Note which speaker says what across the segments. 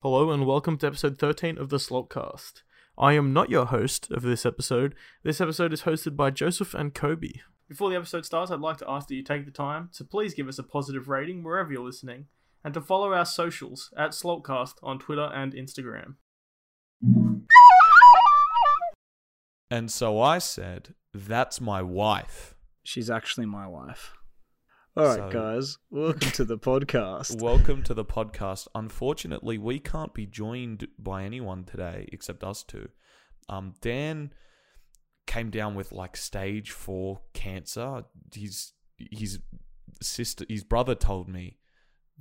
Speaker 1: Hello and welcome to episode 13 of the Slotcast. I am not your host of this episode. This episode is hosted by Joseph and Kobe. Before the episode starts, I'd like to ask that you take the time to please give us a positive rating wherever you're listening and to follow our socials at Slotcast on Twitter and Instagram.
Speaker 2: And so I said, That's my wife.
Speaker 3: She's actually my wife. All right,
Speaker 2: So-
Speaker 3: guys, welcome to the podcast.
Speaker 2: Welcome to the podcast. Unfortunately, we can't be joined by anyone today except us two. Um, Dan came down with like stage four cancer. His his sister, his brother told me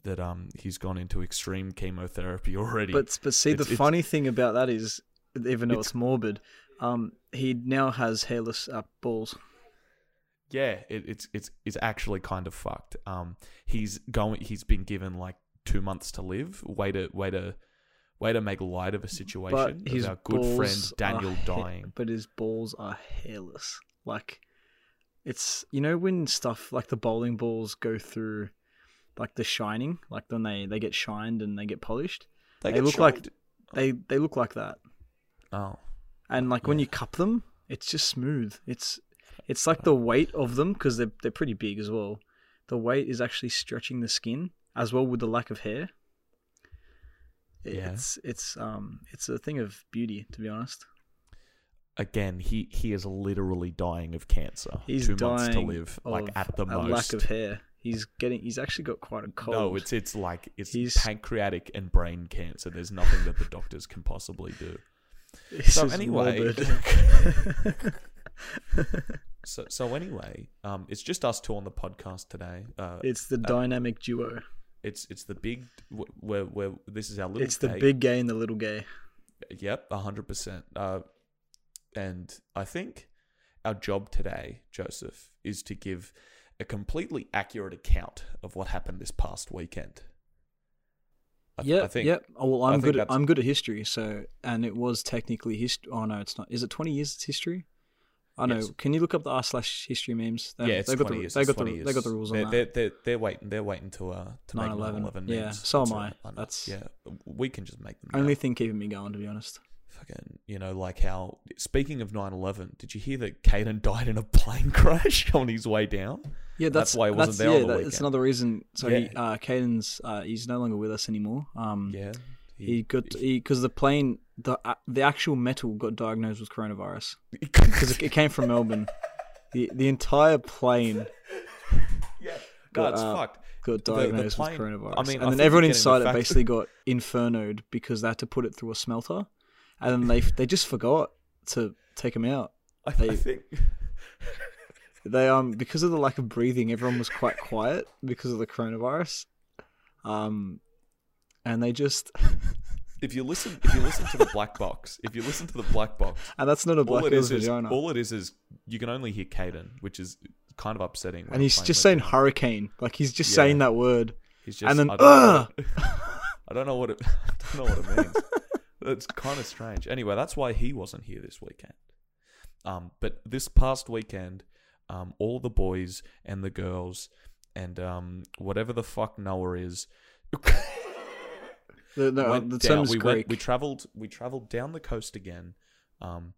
Speaker 2: that um he's gone into extreme chemotherapy already.
Speaker 3: But but see, the
Speaker 2: It's- it's-
Speaker 3: funny thing about that is, even though
Speaker 2: It's-
Speaker 3: it's, morbid, um, he now has hairless uh, balls.
Speaker 2: yeah, it, it's it's it's actually kind of fucked. Um, he's going. He's been given like two months to live. Way to way to way to make light of a situation.
Speaker 3: but his
Speaker 2: of our good friend
Speaker 3: balls
Speaker 2: Daniel
Speaker 3: are ha-
Speaker 2: dying.
Speaker 3: but his balls are hairless. Like, it's you know when stuff like the bowling balls go through, like the shining, like when they they get shined and they get polished. They
Speaker 2: get
Speaker 3: look like-
Speaker 2: shined.
Speaker 3: They they look like that.
Speaker 2: oh
Speaker 3: and like when
Speaker 2: Yeah.
Speaker 3: you cup them, it's just smooth. It's it's like the weight of them because they're they're pretty big as well. The weight is actually stretching the skin as well with the lack of hair. It-
Speaker 2: Yeah.
Speaker 3: It's it's um it's a thing of beauty to be honest.
Speaker 2: again. He he is literally dying of cancer.
Speaker 3: He's
Speaker 2: Oh, two
Speaker 3: dying
Speaker 2: months to live. Like
Speaker 3: of
Speaker 2: at the
Speaker 3: a
Speaker 2: most.
Speaker 3: lack of hair. He's getting he's actually got quite a cold.
Speaker 2: No, it's it's like it's
Speaker 3: He's-
Speaker 2: pancreatic and brain cancer. There's nothing that the doctors can possibly do.
Speaker 3: This
Speaker 2: so
Speaker 3: is
Speaker 2: anyway-
Speaker 3: morbid.
Speaker 2: So so anyway, um, it's just us two on the podcast today. Uh,
Speaker 3: it's the dynamic duo.
Speaker 2: It's it's the big w- where where this is our little.
Speaker 3: It's the
Speaker 2: take.
Speaker 3: big gay and the little gay.
Speaker 2: Yep, hundred percent. Uh, and I think our job today, Joseph, is to give a completely accurate account of what happened this past weekend. I,
Speaker 3: Yeah,
Speaker 2: I think.
Speaker 3: yep. Oh, well,
Speaker 2: I
Speaker 3: I'm
Speaker 2: think
Speaker 3: good. At,
Speaker 2: that's-
Speaker 3: I'm good at history. So, and it was technically history. Oh no, it's not. Is it 20 years? It's history. I know.
Speaker 2: Yes.
Speaker 3: Can you look up the r slash history memes? They-
Speaker 2: Yeah, it's
Speaker 3: they got
Speaker 2: twenty
Speaker 3: the,
Speaker 2: years.
Speaker 3: They
Speaker 2: it's
Speaker 3: got
Speaker 2: 20
Speaker 3: the
Speaker 2: years.
Speaker 3: they got the rules
Speaker 2: they're,
Speaker 3: on
Speaker 2: They're,
Speaker 3: that.
Speaker 2: they're, they're waiting. They're waiting to uh to make
Speaker 3: 9/11.
Speaker 2: 9/11
Speaker 3: Yeah,
Speaker 2: memes.
Speaker 3: so
Speaker 2: It's
Speaker 3: am
Speaker 2: a-
Speaker 3: I.
Speaker 2: know.
Speaker 3: That's-
Speaker 2: yeah. We can just make them. now.
Speaker 3: Only thing keeping me going, to be honest.
Speaker 2: fucking you know like how speaking of 9-11 did you hear that Caden died in a plane crash on his way down
Speaker 3: Yeah,
Speaker 2: That's
Speaker 3: that's,
Speaker 2: why he wasn't
Speaker 3: that's-
Speaker 2: there on
Speaker 3: Yeah,
Speaker 2: the
Speaker 3: that-
Speaker 2: weekend.
Speaker 3: it's another reason. So, he,
Speaker 2: Yeah.
Speaker 3: uh, Caden's uh, he's no longer with us anymore. Um,
Speaker 2: yeah
Speaker 3: he got because the plane the uh, the actual metal got diagnosed with coronavirus because it, it came from Melbourne. The the entire plane
Speaker 2: yeah no
Speaker 3: got,
Speaker 2: it's
Speaker 3: uh,
Speaker 2: fucked
Speaker 3: got
Speaker 2: The- the
Speaker 3: diagnosed
Speaker 2: plane-
Speaker 3: with coronavirus.
Speaker 2: I mean, I
Speaker 3: and
Speaker 2: think
Speaker 3: then
Speaker 2: you
Speaker 3: everyone
Speaker 2: get in the
Speaker 3: inside it
Speaker 2: fact-
Speaker 3: basically got infernoed because they had to put it through a smelter, and then they they just forgot to take them out.
Speaker 2: I, I
Speaker 3: they-
Speaker 2: think
Speaker 3: They um because of the lack of breathing, everyone was quite quiet because of the coronavirus, um, and they just
Speaker 2: if you listen if you listen to the black box if you listen to the black box
Speaker 3: and that's not a black
Speaker 2: all it
Speaker 3: girl's
Speaker 2: is is
Speaker 3: vagina.
Speaker 2: all it is is you can only hear Caden which is kind of upsetting when
Speaker 3: and
Speaker 2: a
Speaker 3: he's
Speaker 2: plane
Speaker 3: just
Speaker 2: went
Speaker 3: saying hurricane, like he's just
Speaker 2: Yeah.
Speaker 3: saying that word.
Speaker 2: down. he's just
Speaker 3: and then,
Speaker 2: I don't, know what it- I don't know what it I don't know what it means It's kind of strange. Anyway, that's why he wasn't here this weekend. Um, but this past weekend, um, all the boys and the girls and um, whatever the fuck Noah is,
Speaker 3: The, the,
Speaker 2: went
Speaker 3: the
Speaker 2: down.
Speaker 3: term is
Speaker 2: we
Speaker 3: Greek.
Speaker 2: we traveled. We traveled down the coast again, um,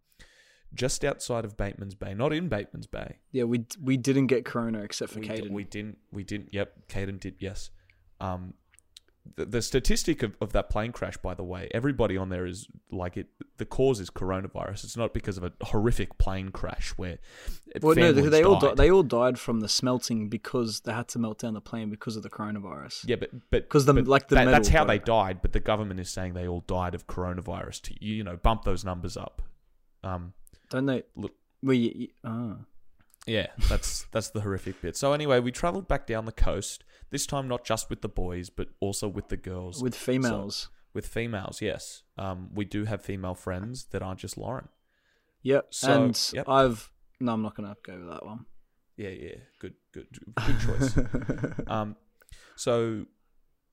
Speaker 2: just outside of Bateman's Bay, not in Bateman's Bay.
Speaker 3: yeah, we we didn't get corona except for
Speaker 2: We, d-
Speaker 3: Caden.
Speaker 2: we didn't. We didn't. Yep, Caden did. Yes. Um, the, the statistic of, of that plane crash, by the way, everybody on there is like it. The cause is coronavirus. It's not because of a horrific plane crash where.
Speaker 3: Well, no, they,
Speaker 2: families
Speaker 3: they all
Speaker 2: died.
Speaker 3: di- they all died from the smelting because they had to melt down the plane because of the coronavirus.
Speaker 2: yeah, but but
Speaker 3: 'Cause the-
Speaker 2: but
Speaker 3: like the
Speaker 2: that- that's
Speaker 3: metal
Speaker 2: how they
Speaker 3: coronavirus.
Speaker 2: died. But the government is saying they all died of coronavirus. To you know, bump those numbers up. Um,
Speaker 3: Don't they?
Speaker 2: Look-
Speaker 3: Well, you, you, ah.
Speaker 2: Yeah, that's that's the horrific bit. So anyway, we travelled back down the coast. This time, not just with the boys, but also with the girls,
Speaker 3: with females.
Speaker 2: with females. Yes, um, we do have female friends that aren't just Lauren.
Speaker 3: yep.
Speaker 2: so-
Speaker 3: and
Speaker 2: yep.
Speaker 3: I've no, I'm not gonna go with that one.
Speaker 2: Yeah, yeah, good, good, good choice. um, so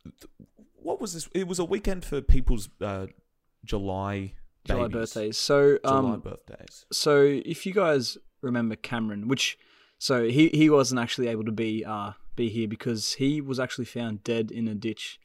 Speaker 2: th- what was this? It was a weekend for people's uh, July
Speaker 3: July
Speaker 2: babies,
Speaker 3: birthdays. So,
Speaker 2: July
Speaker 3: um,
Speaker 2: birthdays.
Speaker 3: so if you guys remember Cameron, which so he he wasn't actually able to be uh be here because he was actually found dead in a ditch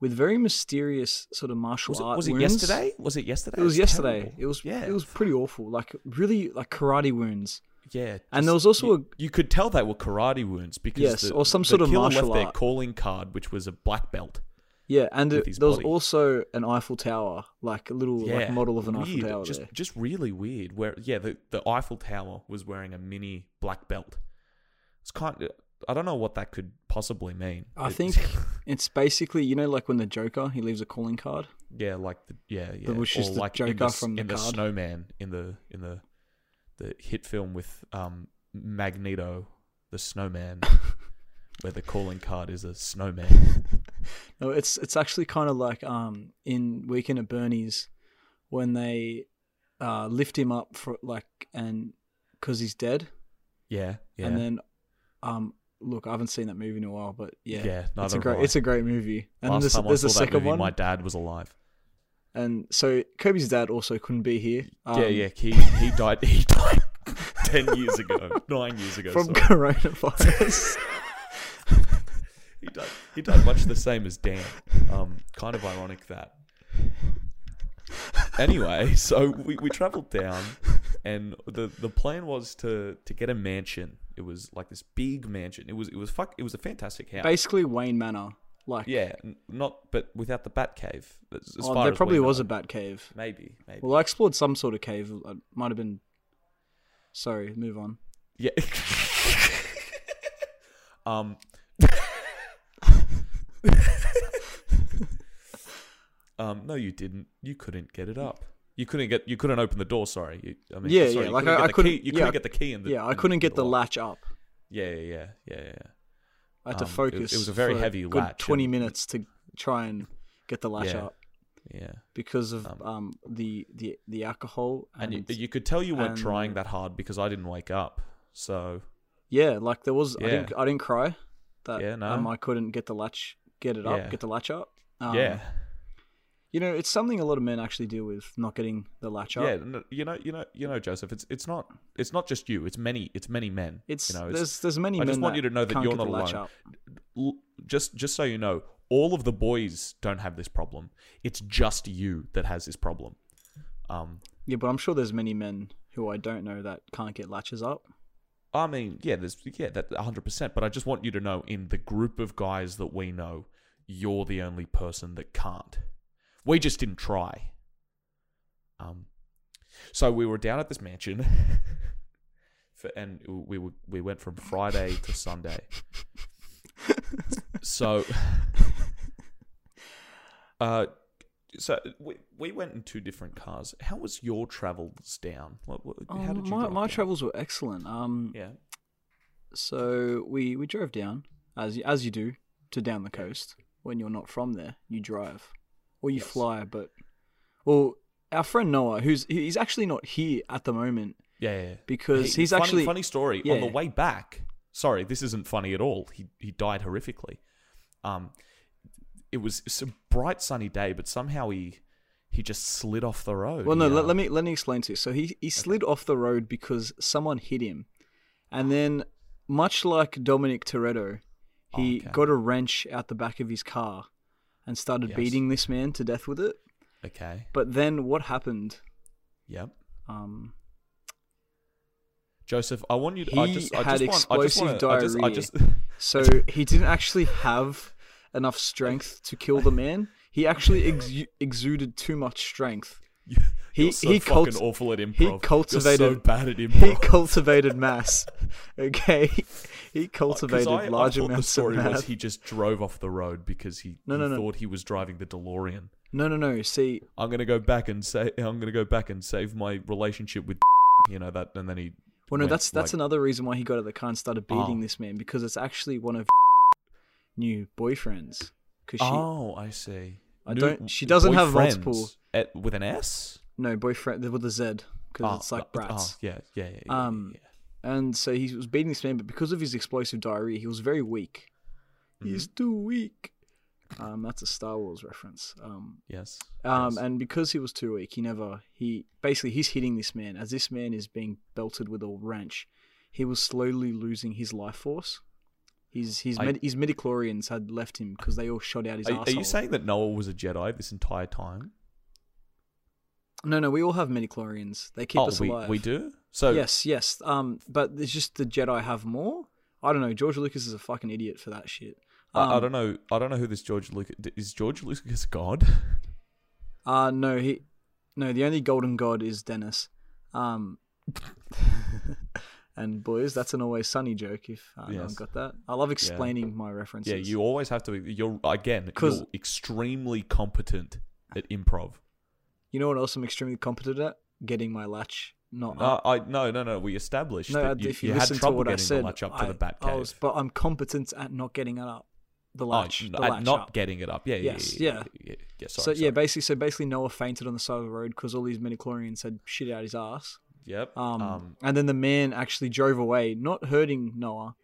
Speaker 3: with very mysterious sort of martial
Speaker 2: Was it,
Speaker 3: art
Speaker 2: was it
Speaker 3: wounds.
Speaker 2: yesterday? Was it yesterday?
Speaker 3: It was yesterday.
Speaker 2: terrible.
Speaker 3: It was
Speaker 2: yeah.
Speaker 3: It was pretty awful. Like really, like karate wounds.
Speaker 2: yeah.
Speaker 3: And
Speaker 2: just-
Speaker 3: there was also
Speaker 2: you, you could tell they were karate wounds because
Speaker 3: Yes,
Speaker 2: the,
Speaker 3: or some
Speaker 2: the
Speaker 3: sort of
Speaker 2: killer
Speaker 3: martial
Speaker 2: left their
Speaker 3: art.
Speaker 2: calling card, which was a black belt.
Speaker 3: a yeah, and
Speaker 2: with
Speaker 3: it,
Speaker 2: his
Speaker 3: there was
Speaker 2: body.
Speaker 3: also an Eiffel Tower, like a little
Speaker 2: Yeah,
Speaker 3: like model of an
Speaker 2: weird.
Speaker 3: Eiffel Tower
Speaker 2: just,
Speaker 3: there.
Speaker 2: just really weird. Where yeah, the, the Eiffel Tower was wearing a mini black belt. It's kind. Of, I don't know what that could possibly mean.
Speaker 3: I
Speaker 2: It-
Speaker 3: think it's basically you know like when the Joker he leaves a calling card.
Speaker 2: Yeah, like the yeah, yeah.
Speaker 3: which
Speaker 2: or
Speaker 3: is the
Speaker 2: like in
Speaker 3: Joker
Speaker 2: the, s-
Speaker 3: from the
Speaker 2: in
Speaker 3: card.
Speaker 2: Snowman in the in the the hit film with um Magneto, the Snowman, where the calling card is a snowman.
Speaker 3: No, it's it's actually kind of like um in Weekend at Bernie's when they uh lift him up for like and because he's dead,
Speaker 2: Yeah, yeah,
Speaker 3: and then um look I haven't seen that movie in a while, but yeah,
Speaker 2: yeah.
Speaker 3: it's a
Speaker 2: neither
Speaker 3: great
Speaker 2: have I.
Speaker 3: it's a great movie. And
Speaker 2: Last
Speaker 3: there's,
Speaker 2: time
Speaker 3: there's
Speaker 2: I
Speaker 3: a
Speaker 2: saw that
Speaker 3: second
Speaker 2: movie,
Speaker 3: one,
Speaker 2: my dad was alive.
Speaker 3: and so Kobe's dad also couldn't be here. Um,
Speaker 2: yeah, yeah. He he died. He died ten years ago, nine years ago.
Speaker 3: from
Speaker 2: sorry.
Speaker 3: coronavirus.
Speaker 2: he died. He died much the same as Dan. Um, kind of ironic that. Anyway, so we, we travelled down, and the, the plan was to to get a mansion. It was like this big mansion. It was it was fuck. It was a fantastic house.
Speaker 3: Basically Wayne Manor, like
Speaker 2: yeah, n- not but without the bat cave. As, as
Speaker 3: oh,
Speaker 2: far
Speaker 3: there
Speaker 2: as
Speaker 3: probably
Speaker 2: we
Speaker 3: was
Speaker 2: know.
Speaker 3: a bat cave.
Speaker 2: Maybe, maybe.
Speaker 3: Well, I explored some sort of cave. It might have been. Sorry, move on.
Speaker 2: Yeah. um. um. No, you didn't. You couldn't get it up. You couldn't get. You couldn't open the door. Sorry. You, I mean,
Speaker 3: Yeah,
Speaker 2: sorry,
Speaker 3: yeah,
Speaker 2: you
Speaker 3: like,
Speaker 2: couldn't
Speaker 3: I-
Speaker 2: get
Speaker 3: I
Speaker 2: the
Speaker 3: couldn't-
Speaker 2: Key, you
Speaker 3: yeah,
Speaker 2: couldn't get the key in the.
Speaker 3: Yeah, I
Speaker 2: in
Speaker 3: couldn't get the
Speaker 2: lock.
Speaker 3: latch up.
Speaker 2: Yeah, yeah, yeah, yeah, yeah.
Speaker 3: I had
Speaker 2: Um, it-
Speaker 3: to
Speaker 2: it
Speaker 3: focus.
Speaker 2: was a very
Speaker 3: for
Speaker 2: heavy
Speaker 3: good
Speaker 2: latch
Speaker 3: Twenty
Speaker 2: and-
Speaker 3: minutes to try and get the latch
Speaker 2: Yeah.
Speaker 3: up
Speaker 2: yeah.
Speaker 3: because of um,
Speaker 2: Um,
Speaker 3: the the the alcohol and,
Speaker 2: And, you, you could tell you weren't
Speaker 3: and-
Speaker 2: trying that hard because I didn't wake up. So
Speaker 3: yeah, like there was. I
Speaker 2: Yeah.
Speaker 3: didn't I didn't cry. That
Speaker 2: Yeah, no.
Speaker 3: um, I couldn't get the latch, get it up,
Speaker 2: Yeah.
Speaker 3: get the latch up. Um,
Speaker 2: yeah,
Speaker 3: you know it's something a lot of men actually deal with not getting the latch up.
Speaker 2: yeah. no, You know, you know, you know, Joseph. It's it's not it's not just you. It's many. It's many men.
Speaker 3: It's
Speaker 2: you know, it's,
Speaker 3: there's there's many
Speaker 2: I
Speaker 3: men
Speaker 2: just want you to know that
Speaker 3: can't
Speaker 2: you're
Speaker 3: get the
Speaker 2: not
Speaker 3: latch
Speaker 2: alone.
Speaker 3: up.
Speaker 2: l- just just so you know, all of the boys don't have this problem. It's just you that has this problem. Um,
Speaker 3: Yeah, but I'm sure there's many men who I don't know that can't get latches up.
Speaker 2: I mean, yeah, there's yeah, that 100%, but I just want you to know in the group of guys that we know, you're the only person that can't. We just didn't try. Um so we were down at this mansion for, and we were, we went from Friday to Sunday. so uh so we, we went in two different cars. How was your travels down? What, what, how did you
Speaker 3: Um, my
Speaker 2: drive
Speaker 3: my
Speaker 2: down?
Speaker 3: travels were excellent. Um,
Speaker 2: Yeah.
Speaker 3: so we we drove down as you, as you do to down the coast when you're not from there. You drive or you
Speaker 2: Yes.
Speaker 3: fly, but well, our friend Noah, who's he's actually not here at the moment
Speaker 2: Yeah, yeah, yeah.
Speaker 3: because
Speaker 2: He-
Speaker 3: he's
Speaker 2: funny,
Speaker 3: actually
Speaker 2: funny story. On the
Speaker 3: yeah.
Speaker 2: way back, sorry, this isn't funny at all. He he died horrifically. Um, it was it's a bright sunny day, but somehow he he just slid off the road.
Speaker 3: Well, no,
Speaker 2: Oh, yeah.
Speaker 3: let, let me let me explain to you. So he he slid off the road because someone hit him, and then much like Dominic Toretto, he
Speaker 2: Oh, Okay.
Speaker 3: got a wrench out the back of his car and started
Speaker 2: Yes.
Speaker 3: beating this man to death with it.
Speaker 2: Okay.
Speaker 3: But then what happened?
Speaker 2: Yep.
Speaker 3: Um,
Speaker 2: Joseph, I want you. To, I
Speaker 3: He
Speaker 2: just, I
Speaker 3: had
Speaker 2: just want, I just
Speaker 3: explosive
Speaker 2: wanna- I just, I
Speaker 3: diarrhea.
Speaker 2: just,
Speaker 3: so he didn't actually have enough strength to kill the man. He actually exu- exuded too much strength. He-
Speaker 2: You're so
Speaker 3: he
Speaker 2: fucking
Speaker 3: cult-
Speaker 2: awful at improv.
Speaker 3: he
Speaker 2: You're so
Speaker 3: cultivated-
Speaker 2: bad at
Speaker 3: He
Speaker 2: improv.
Speaker 3: cultivated mass. Okay, he
Speaker 2: Uh, 'Cause
Speaker 3: cultivated
Speaker 2: I, I
Speaker 3: large
Speaker 2: thought
Speaker 3: amounts
Speaker 2: the story
Speaker 3: of mass.
Speaker 2: was he just drove off the road because he,
Speaker 3: No,
Speaker 2: he
Speaker 3: no, no.
Speaker 2: thought he was driving the DeLorean.
Speaker 3: No, no, no. See,
Speaker 2: I'm gonna go back and say I'm gonna go back and save my relationship with you know that and then he
Speaker 3: Well, no,
Speaker 2: went,
Speaker 3: that's that's
Speaker 2: like,
Speaker 3: another reason why he got out of the car and started beating
Speaker 2: Oh.
Speaker 3: this man because it's actually one of new boyfriends. Because she
Speaker 2: Oh, I see.
Speaker 3: I
Speaker 2: New
Speaker 3: don't- she doesn't have
Speaker 2: boyfriends
Speaker 3: multiple-
Speaker 2: at, with an S.
Speaker 3: no boyfriend with a Z because
Speaker 2: Oh,
Speaker 3: it's like
Speaker 2: oh,
Speaker 3: brats.
Speaker 2: yeah, yeah, yeah, yeah, yeah,
Speaker 3: Um,
Speaker 2: yeah.
Speaker 3: And so he was beating this man, but because of his explosive diarrhea, he was very weak.
Speaker 2: Mm-hmm.
Speaker 3: He's too weak. Um, that's a Star Wars reference. Um,
Speaker 2: Yes.
Speaker 3: um,
Speaker 2: yes.
Speaker 3: and because he was too weak, he never he basically he's hitting this man as this man is being belted with a wrench. He was slowly losing his life force. His his
Speaker 2: I-
Speaker 3: med- his midichlorians had left him because they all shot out his
Speaker 2: Are, are
Speaker 3: asshole.
Speaker 2: you saying that Noah was a Jedi this entire time?
Speaker 3: No, no, we all have midichlorians. They keep
Speaker 2: oh,
Speaker 3: us
Speaker 2: we,
Speaker 3: alive.
Speaker 2: we do. So
Speaker 3: Yes, yes. Um, but it's just the Jedi have more. I don't know. George Lucas is a fucking idiot for that shit. Um,
Speaker 2: I, I don't know. I don't know who this George Lucas is. George Lucas God.
Speaker 3: Uh no, he no, the only golden god is Dennis. Um and boys, that's an always sunny joke if uh, no one
Speaker 2: Yes.
Speaker 3: got that. I love explaining my references.
Speaker 2: yeah, you always have to. be You're again.
Speaker 3: 'Cause-
Speaker 2: You're extremely competent at improv.
Speaker 3: You know what else I'm extremely competent at? Getting my latch not
Speaker 2: No,
Speaker 3: up.
Speaker 2: I no no no. We established
Speaker 3: No,
Speaker 2: that Ah, you,
Speaker 3: if you,
Speaker 2: had
Speaker 3: listen to
Speaker 2: trouble
Speaker 3: what I
Speaker 2: getting
Speaker 3: said,
Speaker 2: the latch up to
Speaker 3: I-
Speaker 2: the bat
Speaker 3: I was- but I'm competent at not getting it up. The latch, the latch
Speaker 2: Oh, Ah, uh, not
Speaker 3: up.
Speaker 2: getting it up. Yeah, yeah,
Speaker 3: Yes,
Speaker 2: yeah,
Speaker 3: yeah.
Speaker 2: yeah, yeah, yeah. Sorry,
Speaker 3: so yeah,
Speaker 2: sorry.
Speaker 3: basically, so basically, Noah fainted on the side of the road because all these midichlorians had shit out his ass.
Speaker 2: yep.
Speaker 3: Um,
Speaker 2: um,
Speaker 3: and then the man actually drove away, not hurting Noah,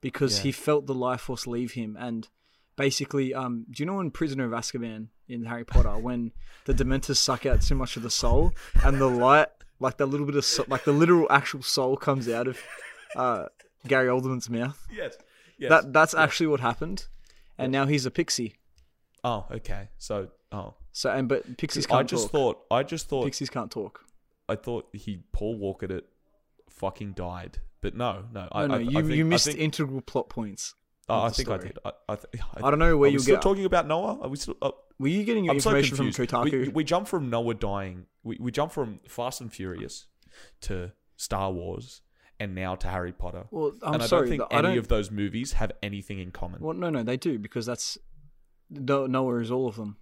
Speaker 3: because
Speaker 2: Yeah.
Speaker 3: he felt the life force leave him. And basically, um, do you know in Prisoner of Azkaban in Harry Potter when the Dementors suck out too much of the soul and the light, like that little bit of, so- like the literal actual soul comes out of uh, Gary Oldman's mouth?
Speaker 2: yes, yes.
Speaker 3: That that's actually what happened, and now he's a pixie.
Speaker 2: oh, okay. So, oh,
Speaker 3: So and but pixies can't
Speaker 2: I just
Speaker 3: talk.
Speaker 2: thought. I just thought.
Speaker 3: pixies can't talk.
Speaker 2: I thought he Paul Walker it fucking died. But no, no.
Speaker 3: No,
Speaker 2: I,
Speaker 3: no,
Speaker 2: I,
Speaker 3: you
Speaker 2: I think,
Speaker 3: you missed
Speaker 2: I think,
Speaker 3: integral plot points.
Speaker 2: oh,
Speaker 3: of
Speaker 2: I
Speaker 3: the
Speaker 2: think I
Speaker 3: story.
Speaker 2: did. I, I, th-
Speaker 3: I don't know where
Speaker 2: Are we
Speaker 3: you
Speaker 2: still
Speaker 3: get.
Speaker 2: talking about Noah? Are we still? Uh,
Speaker 3: Were you getting your
Speaker 2: I'm so
Speaker 3: information from
Speaker 2: confused.
Speaker 3: Kotaku?
Speaker 2: We, we jump from Noah dying. We, we jump from Fast and Furious to Star Wars, and now to Harry Potter.
Speaker 3: Well, I'm
Speaker 2: and I
Speaker 3: sorry.
Speaker 2: don't think
Speaker 3: th- I
Speaker 2: any
Speaker 3: don't.
Speaker 2: of those movies have anything in common.
Speaker 3: well, no, no, they do because that's No- Noah is all of them.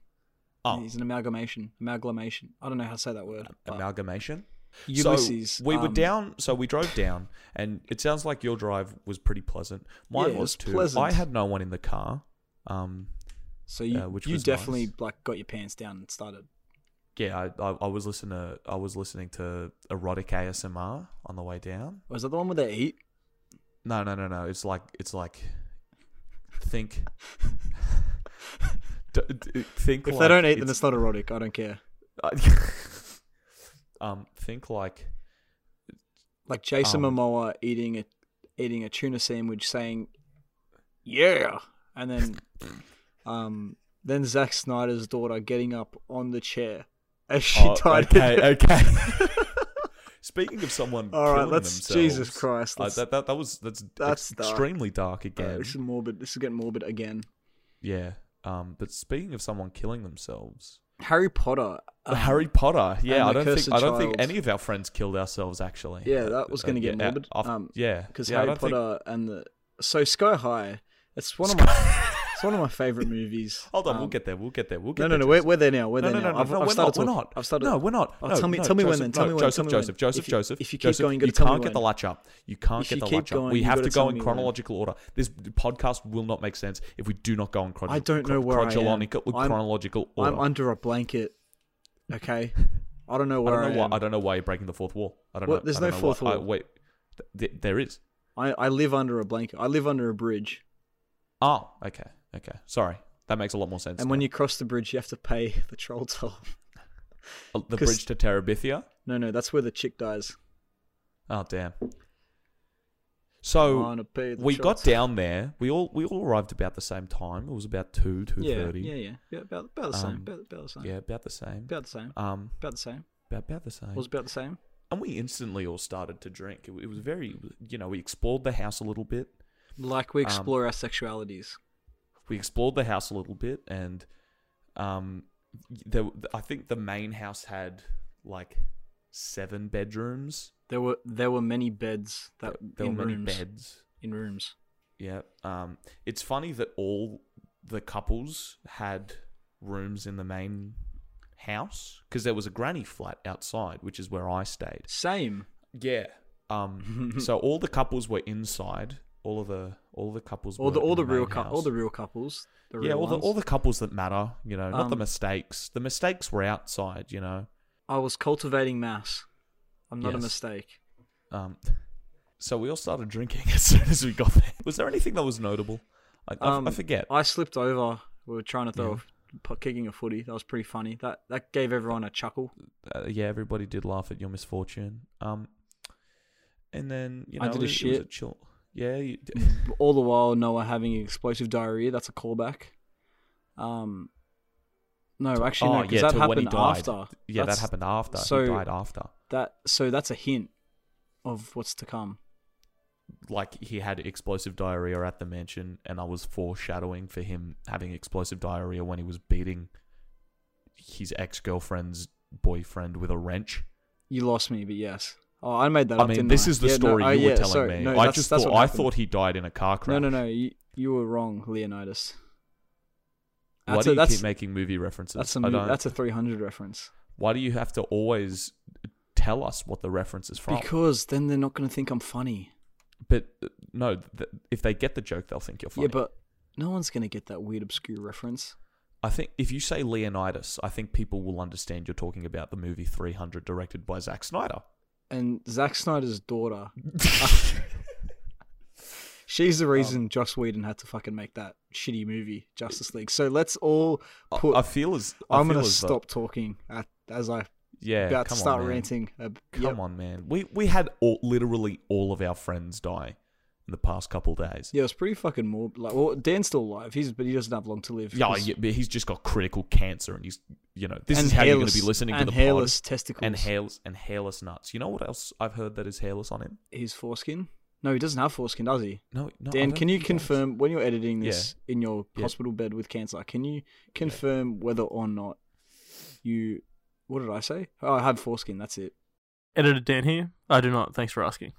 Speaker 2: oh,
Speaker 3: He's an amalgamation. Amalgamation. I don't know how to say that word. but
Speaker 2: amalgamation.
Speaker 3: Ulysses.
Speaker 2: So we were
Speaker 3: um,
Speaker 2: down. So we drove down, and it sounds like your drive was pretty pleasant. Mine
Speaker 3: Yeah, it
Speaker 2: was
Speaker 3: was
Speaker 2: too.
Speaker 3: pleasant.
Speaker 2: I had no one in the car. Um,
Speaker 3: So you,
Speaker 2: uh, which
Speaker 3: you
Speaker 2: was
Speaker 3: definitely
Speaker 2: nice.
Speaker 3: like got your pants down and started.
Speaker 2: yeah, I, I, I was listening. To, I was listening to erotic ASMR on the way down.
Speaker 3: Was that the one where they eat?
Speaker 2: No, no, no, no. It's like it's like think. D- d- think
Speaker 3: If
Speaker 2: like
Speaker 3: they don't eat, then
Speaker 2: it's-
Speaker 3: it's not erotic. I don't care.
Speaker 2: um, think like
Speaker 3: Like Jason
Speaker 2: Um,
Speaker 3: Momoa eating a eating a tuna sandwich, saying "Yeah," and then um then Zack Snyder's daughter getting up on the chair as she
Speaker 2: Oh,
Speaker 3: tied it.
Speaker 2: okay, okay. Speaking of someone,
Speaker 3: All right,
Speaker 2: killing
Speaker 3: let's
Speaker 2: themselves,
Speaker 3: Jesus Christ.
Speaker 2: uh,
Speaker 3: Let's,
Speaker 2: that, that that was that's, that's
Speaker 3: That's dark.
Speaker 2: extremely dark
Speaker 3: uh,
Speaker 2: again.
Speaker 3: this is morbid. This is getting morbid again.
Speaker 2: yeah. Um, but speaking of someone killing themselves,
Speaker 3: Harry Potter. um,
Speaker 2: Harry Potter. Yeah,
Speaker 3: and
Speaker 2: I
Speaker 3: the
Speaker 2: don't think
Speaker 3: Cursed
Speaker 2: I don't think
Speaker 3: Child.
Speaker 2: any of our friends killed ourselves. Actually, Uh,
Speaker 3: Yeah, that was gonna get
Speaker 2: yeah,
Speaker 3: morbid,
Speaker 2: af-
Speaker 3: um,
Speaker 2: yeah,
Speaker 3: because
Speaker 2: yeah, I
Speaker 3: Harry
Speaker 2: don't think-
Speaker 3: Potter and the so Sky High. It's one of my it's one of my favorite movies.
Speaker 2: Hold on,
Speaker 3: Um,
Speaker 2: we'll get there. We'll get there. We'll get
Speaker 3: No, no,
Speaker 2: there,
Speaker 3: no.
Speaker 2: Jason.
Speaker 3: We're, we're there now. We're
Speaker 2: No, no,
Speaker 3: there
Speaker 2: no,
Speaker 3: now.
Speaker 2: no,
Speaker 3: I've,
Speaker 2: no,
Speaker 3: I've
Speaker 2: we're not.
Speaker 3: started
Speaker 2: We're
Speaker 3: talking.
Speaker 2: not.
Speaker 3: I've started.
Speaker 2: No, we're not.
Speaker 3: Oh,
Speaker 2: no,
Speaker 3: tell me-
Speaker 2: no,
Speaker 3: tell me when
Speaker 2: Joseph,
Speaker 3: then, tell
Speaker 2: no,
Speaker 3: me when,
Speaker 2: Joseph,
Speaker 3: tell me when.
Speaker 2: Joseph, Joseph, Joseph,
Speaker 3: If you keep
Speaker 2: Joseph.
Speaker 3: going, you gotta
Speaker 2: you
Speaker 3: tell me
Speaker 2: can't get the
Speaker 3: when.
Speaker 2: latch up. You can't
Speaker 3: If
Speaker 2: get
Speaker 3: you
Speaker 2: the
Speaker 3: keep
Speaker 2: latch up.
Speaker 3: going,
Speaker 2: We
Speaker 3: you
Speaker 2: have
Speaker 3: gotta
Speaker 2: to
Speaker 3: tell
Speaker 2: go in
Speaker 3: me when.
Speaker 2: chronological order. This podcast will not make sense if we do not go in chronological.
Speaker 3: I don't know where I am.
Speaker 2: chronological,
Speaker 3: I'm-
Speaker 2: chronological order.
Speaker 3: I'm under a blanket. Okay, I don't know
Speaker 2: I
Speaker 3: where
Speaker 2: don't
Speaker 3: I,
Speaker 2: know why.
Speaker 3: am.
Speaker 2: I don't know why you're breaking the fourth wall. I don't
Speaker 3: What?
Speaker 2: know.
Speaker 3: There's
Speaker 2: I don't
Speaker 3: no
Speaker 2: know
Speaker 3: fourth
Speaker 2: why. I-
Speaker 3: wall.
Speaker 2: wait, Th- th- there is.
Speaker 3: I, I live under a blanket. I live under a bridge,
Speaker 2: Oh, okay, okay. Sorry, that makes a lot more sense.
Speaker 3: and when you cross the bridge, you have to pay the troll toll.
Speaker 2: now. the
Speaker 3: 'cause-
Speaker 2: bridge to Terabithia.
Speaker 3: No, no, that's where the chick dies.
Speaker 2: Oh damn. So.
Speaker 3: Wanna pay the
Speaker 2: Oh, we
Speaker 3: troll
Speaker 2: got
Speaker 3: toll.
Speaker 2: down there. We all we all arrived about the same time. It was about two two
Speaker 3: Yeah,
Speaker 2: thirty.
Speaker 3: yeah, yeah, yeah. About, about the same.
Speaker 2: Um,
Speaker 3: About, about the same.
Speaker 2: Yeah, about the same.
Speaker 3: About the same.
Speaker 2: Um,
Speaker 3: About the same.
Speaker 2: about, about the same.
Speaker 3: Was about the same.
Speaker 2: and we instantly all started to drink. It, it was very, you know, we explored the house a little bit.
Speaker 3: Like we
Speaker 2: Um,
Speaker 3: explore our sexualities.
Speaker 2: We explored the house a little bit, and um, there, I think the main house had like seven bedrooms.
Speaker 3: There were there were many beds that
Speaker 2: There
Speaker 3: in
Speaker 2: were many
Speaker 3: rooms
Speaker 2: beds.
Speaker 3: in rooms.
Speaker 2: Yeah. Um, it's funny that all the couples had rooms in the main house because there was a granny flat outside, which is where I stayed.
Speaker 3: Same.
Speaker 2: Yeah. Um, so all the couples were inside. All of the all the couples.
Speaker 3: All
Speaker 2: were
Speaker 3: the all
Speaker 2: in
Speaker 3: the
Speaker 2: main
Speaker 3: real cou- all
Speaker 2: house.
Speaker 3: the real couples. The real
Speaker 2: yeah, all the, all
Speaker 3: ones.
Speaker 2: the couples that matter, you know, not the
Speaker 3: Um,
Speaker 2: mistakes. The mistakes were outside, you know.
Speaker 3: I was cultivating mass. I'm not a
Speaker 2: Yes.
Speaker 3: mistake.
Speaker 2: Um, so we all started drinking as soon as we got there. Was there anything that was notable? I, I-
Speaker 3: Um,
Speaker 2: I forget.
Speaker 3: I slipped over. We were trying to throw
Speaker 2: Yeah.
Speaker 3: a pu- kicking a footy. That was pretty funny. That that gave everyone a chuckle.
Speaker 2: uh, yeah, everybody did laugh at your misfortune. Um, and then you
Speaker 3: I
Speaker 2: know,
Speaker 3: did a
Speaker 2: it, was- it was a
Speaker 3: shit.
Speaker 2: chill. Yeah, you,
Speaker 3: All the while, Noah having explosive diarrhea. That's a callback. Um, no, actually, no,
Speaker 2: Oh,
Speaker 3: 'cause
Speaker 2: yeah,
Speaker 3: that
Speaker 2: to when he
Speaker 3: happened
Speaker 2: died.
Speaker 3: after.
Speaker 2: yeah, that
Speaker 3: That's-
Speaker 2: happened after.
Speaker 3: so-
Speaker 2: he died after.
Speaker 3: That so that's a hint of what's to come.
Speaker 2: Like he had explosive diarrhea at the mansion, and I was foreshadowing for him having explosive diarrhea when he was beating his ex girlfriend's boyfriend with a wrench.
Speaker 3: You lost me, but yes. Oh, I made that
Speaker 2: I
Speaker 3: up.
Speaker 2: mean,
Speaker 3: didn't
Speaker 2: this
Speaker 3: I?
Speaker 2: is the
Speaker 3: Yeah, no,
Speaker 2: story
Speaker 3: oh,
Speaker 2: you were
Speaker 3: yeah,
Speaker 2: telling
Speaker 3: sorry.
Speaker 2: me.
Speaker 3: No,
Speaker 2: I
Speaker 3: that's-
Speaker 2: just
Speaker 3: that's
Speaker 2: thought
Speaker 3: what
Speaker 2: I
Speaker 3: happened.
Speaker 2: thought he died in a car crash.
Speaker 3: No, no, no. You, you were wrong, Leonidas.
Speaker 2: Why
Speaker 3: That's
Speaker 2: do
Speaker 3: a-
Speaker 2: you
Speaker 3: that's-
Speaker 2: keep making movie references?
Speaker 3: That's a
Speaker 2: I
Speaker 3: mo-
Speaker 2: don't-
Speaker 3: that's a 300 reference.
Speaker 2: Why do you have to always tell us what the reference is from?
Speaker 3: Because then they're not going to think I'm funny.
Speaker 2: but uh, no, th- if they get the joke, they'll think you're funny.
Speaker 3: Yeah, but no one's going to get that weird obscure reference.
Speaker 2: I think if you say Leonidas, I think people will understand you're talking about the movie 300 directed by Zack Snyder.
Speaker 3: And Zack Snyder's daughter, she's the reason
Speaker 2: Um,
Speaker 3: Joss Whedon had to fucking make that shitty movie, Justice League. So let's all
Speaker 2: I-
Speaker 3: put.
Speaker 2: I feel as I
Speaker 3: I, am
Speaker 2: feel
Speaker 3: going to
Speaker 2: as though-
Speaker 3: stop talking at, as I
Speaker 2: yeah,
Speaker 3: about to
Speaker 2: come on,
Speaker 3: start
Speaker 2: man.
Speaker 3: ranting. Uh,
Speaker 2: Come on, man. We we had all, literally all of our friends die in the past couple days.
Speaker 3: Yeah, it's pretty fucking morbid. Like, well, Dan's still alive. He's but he doesn't have long to live.
Speaker 2: Yeah,
Speaker 3: 'cause-
Speaker 2: yeah, but he's just got critical cancer, and he's you know this
Speaker 3: and
Speaker 2: is how you're going to
Speaker 3: hairless-
Speaker 2: be listening to
Speaker 3: and
Speaker 2: the
Speaker 3: hairless
Speaker 2: pod.
Speaker 3: testicles
Speaker 2: and hairless and hairless nuts. You know what else I've heard that is hairless on him?
Speaker 3: His foreskin. No, he doesn't have foreskin, does he?
Speaker 2: No, no. I
Speaker 3: Dan,
Speaker 2: don't
Speaker 3: can you
Speaker 2: think he does.
Speaker 3: confirm when you're editing
Speaker 2: Yeah.
Speaker 3: this in your
Speaker 2: Yeah.
Speaker 3: hospital bed with cancer? Can you confirm whether or not you? What did I say? Oh, I had foreskin. That's it.
Speaker 1: Editor Dan here. I do not. Thanks for asking.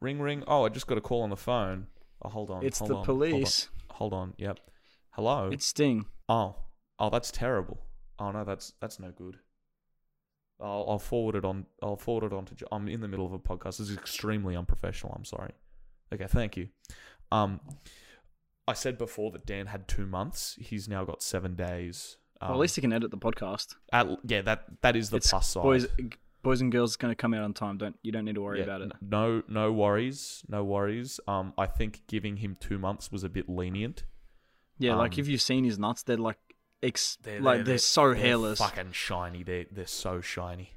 Speaker 2: Ring ring. Oh, I just got a call on the phone. Oh, hold on.
Speaker 3: it's
Speaker 2: hold
Speaker 3: the
Speaker 2: on, hold on,
Speaker 3: police.
Speaker 2: Hold on. Yep. Hello.
Speaker 3: It's Sting.
Speaker 2: oh. Oh, that's terrible. Oh no, that's that's no good. I'll, I'll forward it on. I'll forward it on to. Jo- I'm in the middle of a podcast. This is extremely unprofessional. I'm sorry. Okay, thank you. Um, I said before that Dan had two months. He's now got seven days. Um,
Speaker 3: well, at least he can edit the podcast.
Speaker 2: at- yeah, that that is the
Speaker 3: It's
Speaker 2: plus side.
Speaker 3: Boys, boys and girls, it's going to come out on time. Don't you don't need to worry
Speaker 2: Yeah,
Speaker 3: about it.
Speaker 2: n- No, no worries, no worries. Um, I think giving him two months was a bit lenient.
Speaker 3: Yeah, like
Speaker 2: um,
Speaker 3: if you've seen his nuts, they're like, ex- like they're, so hairless.
Speaker 2: fucking shiny. They're they're so shiny.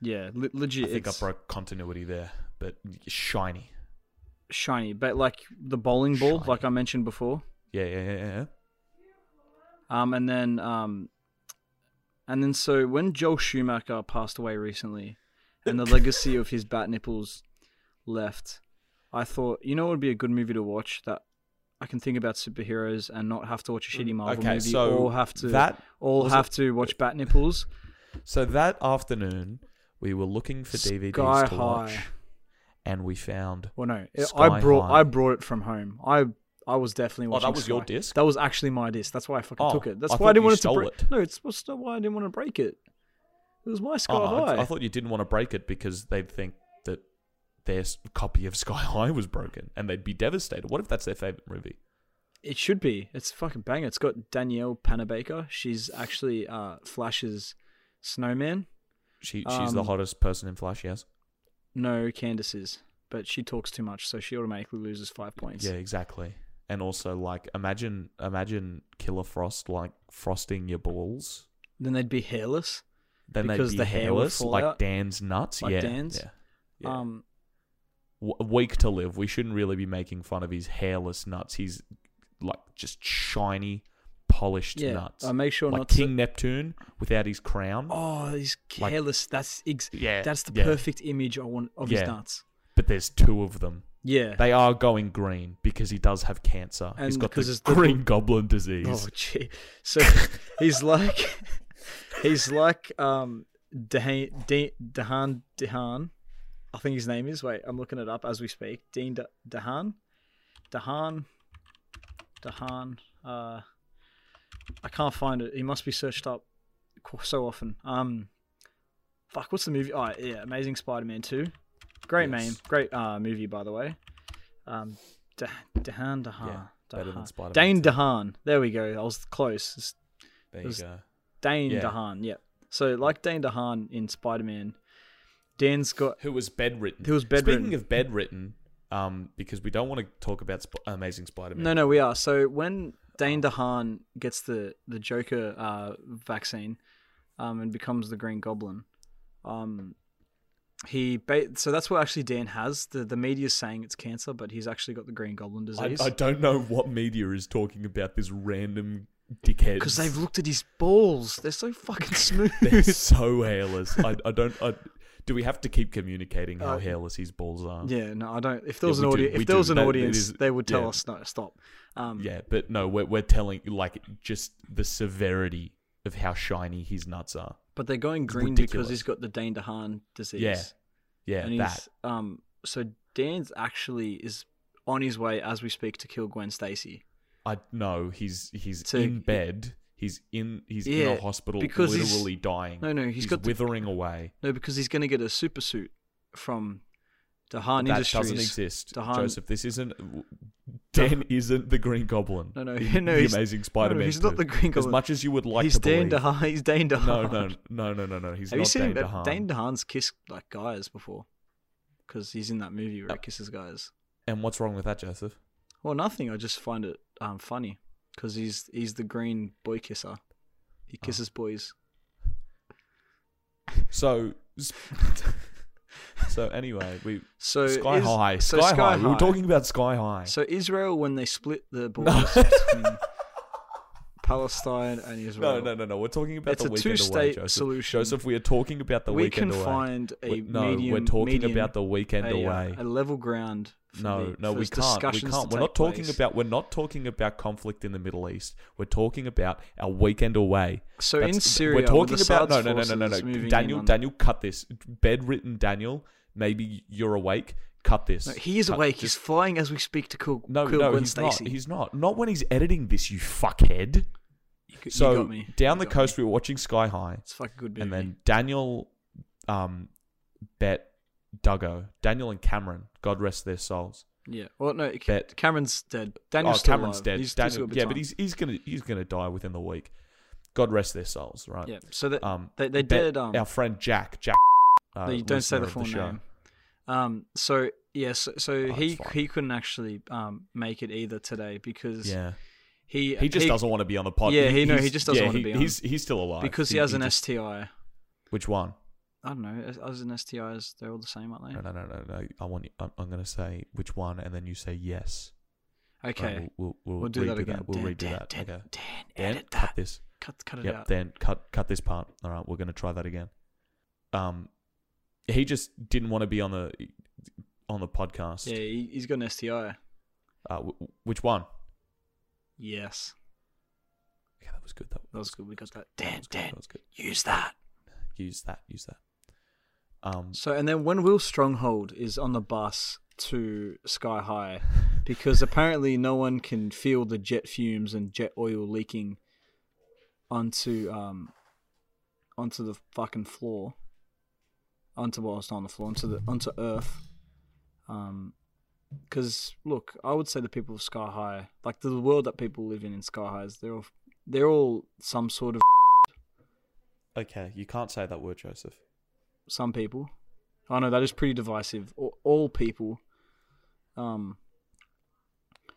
Speaker 3: Yeah, le- legit.
Speaker 2: I think
Speaker 3: it's-
Speaker 2: I broke continuity there, but shiny.
Speaker 3: shiny, but like the bowling ball,
Speaker 2: Shiny.
Speaker 3: like I mentioned before.
Speaker 2: Yeah, yeah, yeah, yeah.
Speaker 3: Um, and then um, and then so when Joel Schumacher passed away recently, and the legacy of his bat nipples left, I thought you know it would be a good movie to watch that I can think about superheroes and not have to watch a shitty Marvel
Speaker 2: Mm, okay,
Speaker 3: movie
Speaker 2: so
Speaker 3: or have to
Speaker 2: that
Speaker 3: all
Speaker 2: was
Speaker 3: have
Speaker 2: it-
Speaker 3: to watch bat nipples.
Speaker 2: So that afternoon, we were looking for DVDs
Speaker 3: Sky
Speaker 2: to watch,
Speaker 3: High.
Speaker 2: and we found.
Speaker 3: Well, no, it- I
Speaker 2: Sky
Speaker 3: brought
Speaker 2: High.
Speaker 3: I brought it from home. I I was definitely
Speaker 2: Oh, that
Speaker 3: watching.
Speaker 2: was your
Speaker 3: Sky.
Speaker 2: disc?
Speaker 3: That was actually my disc. That's why I fucking
Speaker 2: Oh,
Speaker 3: took it. That's
Speaker 2: I
Speaker 3: why I
Speaker 2: thought
Speaker 3: didn't
Speaker 2: you
Speaker 3: want it to
Speaker 2: stole
Speaker 3: break.
Speaker 2: it.
Speaker 3: No, it's that's not why I didn't want to break it. It was my Sky
Speaker 2: Oh,
Speaker 3: High.
Speaker 2: I, I thought you didn't want to break it because they'd think that their s- copy of Sky High was broken, and they'd be devastated. What if that's their favorite movie?
Speaker 3: It should be. It's a fucking banger. It's got Danielle Panabaker. She's actually uh, Flash's snowman.
Speaker 2: She she's the
Speaker 3: Um,
Speaker 2: hottest person in Flash. Yes.
Speaker 3: No, Candace is, but she talks too much, so she automatically loses five points.
Speaker 2: Yeah, exactly. And also, like, imagine imagine Killer Frost like frosting your balls.
Speaker 3: Then they'd be hairless.
Speaker 2: Then
Speaker 3: Because
Speaker 2: they'd be
Speaker 3: the hair would
Speaker 2: hairless,
Speaker 3: fall
Speaker 2: like
Speaker 3: out.
Speaker 2: Dan's nuts.
Speaker 3: Like
Speaker 2: yeah,
Speaker 3: Dan's?
Speaker 2: yeah. yeah.
Speaker 3: Um,
Speaker 2: W- a week to live. We shouldn't really be making fun of his hairless nuts. He's like just shiny, polished
Speaker 3: yeah.
Speaker 2: nuts,
Speaker 3: I make sure
Speaker 2: like
Speaker 3: not
Speaker 2: King
Speaker 3: to.
Speaker 2: Neptune without his crown.
Speaker 3: Oh, he's
Speaker 2: Like-
Speaker 3: hairless. that's ex-
Speaker 2: yeah,
Speaker 3: that's the
Speaker 2: yeah.
Speaker 3: perfect image I want of
Speaker 2: Yeah.
Speaker 3: his nuts.
Speaker 2: But there's two of them.
Speaker 3: Yeah.
Speaker 2: They are going green because he does have cancer. He's
Speaker 3: And
Speaker 2: got
Speaker 3: because
Speaker 2: the
Speaker 3: it's the-
Speaker 2: green goblin disease.
Speaker 3: Oh, gee. So he's like, he's like, um, Dehan, De- Dehan, Dehan. I think his name is. Wait, I'm looking it up as we speak. Dean De- Dehan, Dehan, Dehan. Uh, I can't find it. He must be searched up qu- so often. Um, fuck, what's the movie? Oh, yeah, Amazing Spider-Man Two. Great
Speaker 2: Yes.
Speaker 3: name, great uh movie by the way. Um, De- Dehan, Dehan.
Speaker 2: Yeah, better than
Speaker 3: Dehan.
Speaker 2: Spider-Man
Speaker 3: Dane
Speaker 2: 2.
Speaker 3: Dehaan. There we go. I was close. It's
Speaker 2: there
Speaker 3: it
Speaker 2: you
Speaker 3: was-
Speaker 2: go.
Speaker 3: Dane
Speaker 2: Yeah.
Speaker 3: Dehaan. Yeah. So like Dane Dehaan in Spider Man, Dan's got
Speaker 2: who was bedridden.
Speaker 3: Who was bedridden.
Speaker 2: Speaking of bedridden, um, because we don't want to talk about Sp- Amazing Spider-Man.
Speaker 3: no, no. We are. So when Dane Dehaan gets the the Joker uh, vaccine, um, and becomes the Green Goblin, um, he ba- so that's what actually Dan has. The the media's saying it's cancer, but he's actually got the Green Goblin
Speaker 2: I,
Speaker 3: disease
Speaker 2: I don't know what media is talking about this random dickhead
Speaker 3: because they've looked at his balls. They're so fucking smooth.
Speaker 2: They're so hairless. I, I don't. I, do we have to keep communicating how
Speaker 3: Uh,
Speaker 2: hairless his balls are?
Speaker 3: yeah, no, I don't. If there was
Speaker 2: Oh. Yeah,
Speaker 3: an
Speaker 2: we do- we
Speaker 3: audience, if there
Speaker 2: do.
Speaker 3: was an
Speaker 2: That- that
Speaker 3: audience,
Speaker 2: is-
Speaker 3: they would tell
Speaker 2: yeah.
Speaker 3: us no, stop. Um,
Speaker 2: Yeah, but no, we're we're telling like just the severity of how shiny his nuts are.
Speaker 3: but they're going green
Speaker 2: ridiculous.
Speaker 3: because he's got the Dane DeHaan disease.
Speaker 2: Yeah, Yeah,
Speaker 3: and he's
Speaker 2: that.
Speaker 3: um. So Dan's actually is on his way as we speak to kill Gwen Stacy.
Speaker 2: I know he's he's
Speaker 3: So-
Speaker 2: in bed. He's in he's in
Speaker 3: Yeah,
Speaker 2: a hospital,
Speaker 3: because he's-
Speaker 2: literally dying.
Speaker 3: No, no, he's got the-
Speaker 2: withering away.
Speaker 3: No, because he's going to get a super suit from DeHaan
Speaker 2: that
Speaker 3: Industries.
Speaker 2: doesn't exist,
Speaker 3: Dahan-
Speaker 2: Joseph. This isn't. Dan isn't the Green Goblin.
Speaker 3: No,
Speaker 2: in
Speaker 3: no, no,
Speaker 2: the
Speaker 3: he's-
Speaker 2: Amazing Spider-Man.
Speaker 3: he's not
Speaker 2: 2.
Speaker 3: the Green
Speaker 2: As
Speaker 3: Goblin.
Speaker 2: much as you would like
Speaker 3: he's
Speaker 2: to
Speaker 3: Dan
Speaker 2: believe.
Speaker 3: DeHaan. He's Dane DeHaan.
Speaker 2: No, no, no, no, no, no. He's
Speaker 3: Have
Speaker 2: not
Speaker 3: you seen
Speaker 2: Dan
Speaker 3: that-
Speaker 2: DeHaan.
Speaker 3: Dane DeHaan's kissed like guys before? Because he's in that movie where
Speaker 2: Uh,
Speaker 3: he kisses guys.
Speaker 2: And what's wrong with that, Joseph?
Speaker 3: Well, nothing. I just find it um, funny because he's he's the green boy kisser. He
Speaker 2: Oh.
Speaker 3: kisses boys.
Speaker 2: So, so anyway, we
Speaker 3: So
Speaker 2: Sky
Speaker 3: is-
Speaker 2: High,
Speaker 3: so
Speaker 2: Sky,
Speaker 3: Sky
Speaker 2: High. We were
Speaker 3: High.
Speaker 2: talking about Sky High.
Speaker 3: So Israel, when they split
Speaker 2: No.
Speaker 3: the borders between Palestine and
Speaker 2: no,
Speaker 3: Israel,
Speaker 2: no, no, no. We're talking about
Speaker 3: It's
Speaker 2: the
Speaker 3: a
Speaker 2: weekend away,
Speaker 3: two-state
Speaker 2: Joseph.
Speaker 3: solution.
Speaker 2: Joseph, we are talking about the
Speaker 3: we can
Speaker 2: weekend away.
Speaker 3: find a
Speaker 2: We- no,
Speaker 3: medium.
Speaker 2: we're talking
Speaker 3: medium,
Speaker 2: about the weekend
Speaker 3: a, uh,
Speaker 2: away.
Speaker 3: a level ground. For
Speaker 2: no,
Speaker 3: the,
Speaker 2: no,
Speaker 3: for
Speaker 2: we can't. We
Speaker 3: discussions to
Speaker 2: can't. We're
Speaker 3: take
Speaker 2: not talking
Speaker 3: place.
Speaker 2: about. We're not talking about conflict in the Middle East. We're talking about our weekend away.
Speaker 3: So in
Speaker 2: That's-
Speaker 3: Syria,
Speaker 2: we're talking
Speaker 3: with the
Speaker 2: about no,
Speaker 3: Assad's
Speaker 2: no, no, no, no,
Speaker 3: forces moving
Speaker 2: no.
Speaker 3: in
Speaker 2: Daniel,
Speaker 3: on-
Speaker 2: Daniel, cut this. Bedridden Daniel, maybe you're awake. Cut this.
Speaker 3: No, he is
Speaker 2: Cut-
Speaker 3: awake.
Speaker 2: just-
Speaker 3: he's flying as we speak to kill,
Speaker 2: no,
Speaker 3: kill
Speaker 2: no,
Speaker 3: Gwen
Speaker 2: he's
Speaker 3: Stacy.
Speaker 2: not. He's not. Not when he's editing this, you fuckhead.
Speaker 3: You g- you
Speaker 2: So
Speaker 3: got me.
Speaker 2: down
Speaker 3: You
Speaker 2: the
Speaker 3: got
Speaker 2: coast,
Speaker 3: me.
Speaker 2: we were watching Sky High,
Speaker 3: It's a fucking good movie.
Speaker 2: and then Daniel, um, bet Duggo, Daniel and Cameron, God rest their souls.
Speaker 3: yeah, well, no, Ca-
Speaker 2: Bet-
Speaker 3: Cameron's dead. Daniel's
Speaker 2: oh,
Speaker 3: still
Speaker 2: Cameron's
Speaker 3: alive.
Speaker 2: dead.
Speaker 3: He's, he's
Speaker 2: Daniel,
Speaker 3: got a bit
Speaker 2: yeah,
Speaker 3: of
Speaker 2: but
Speaker 3: time.
Speaker 2: he's he's gonna he's gonna die within the week. God rest their souls, right?
Speaker 3: yeah. So that
Speaker 2: Um,
Speaker 3: they they
Speaker 2: bet
Speaker 3: did um
Speaker 2: our friend Jack. Jack. Uh,
Speaker 3: No, you don't
Speaker 2: listener
Speaker 3: say the
Speaker 2: of
Speaker 3: full
Speaker 2: show.
Speaker 3: name. Um. So yeah. So, so
Speaker 2: it's
Speaker 3: he
Speaker 2: Oh, fine.
Speaker 3: he couldn't actually um make it either today because
Speaker 2: Yeah,
Speaker 3: he
Speaker 2: he just doesn't want to be on the pod.
Speaker 3: Yeah, he- no, he
Speaker 2: he's-
Speaker 3: just doesn't
Speaker 2: yeah,
Speaker 3: wanna
Speaker 2: he-
Speaker 3: be on.
Speaker 2: He's he's still alive
Speaker 3: because he has an
Speaker 2: just-
Speaker 3: STI.
Speaker 2: Which one?
Speaker 3: I don't know. as- As an STIs, they're all the same, aren't
Speaker 2: No, no, no, no, no. I want. You, I'm, I'm gonna say which one, and then you say yes. All
Speaker 3: they?
Speaker 2: right,
Speaker 3: Okay.
Speaker 2: we'll, we'll, we'll,
Speaker 3: We'll do that
Speaker 2: redo
Speaker 3: again.
Speaker 2: We'll
Speaker 3: Dan,
Speaker 2: redo
Speaker 3: Dan,
Speaker 2: that.
Speaker 3: Dan,
Speaker 2: okay.
Speaker 3: Dan,
Speaker 2: Dan,
Speaker 3: edit
Speaker 2: cut
Speaker 3: that.
Speaker 2: this.
Speaker 3: Cut, cut it
Speaker 2: Yep.
Speaker 3: out.
Speaker 2: Then cut cut this part. All right, we're gonna try that again. Um, he just didn't want to be on the on the podcast.
Speaker 3: Yeah, he, he's got an STI.
Speaker 2: Uh, w- which one?
Speaker 3: Yes,
Speaker 2: Okay, that was good. That,
Speaker 3: that was good. We got that.
Speaker 2: That
Speaker 3: Dan,
Speaker 2: was good.
Speaker 3: Dan,
Speaker 2: That was good.
Speaker 3: use that.
Speaker 2: Use that. Use that. Um,
Speaker 3: So, and then when Will Stronghold is on the bus to Sky High, because apparently no one can feel the jet fumes and jet oil leaking onto um onto the fucking floor, onto well, it's not on the floor, onto the onto Earth. Um, because look, I would say the people of Sky High, like the world that people live in in Sky Highs, they're all they're all some sort of
Speaker 2: okay, you can't say that word, Joseph.
Speaker 3: some people. I know that is pretty divisive. All, all people. Um.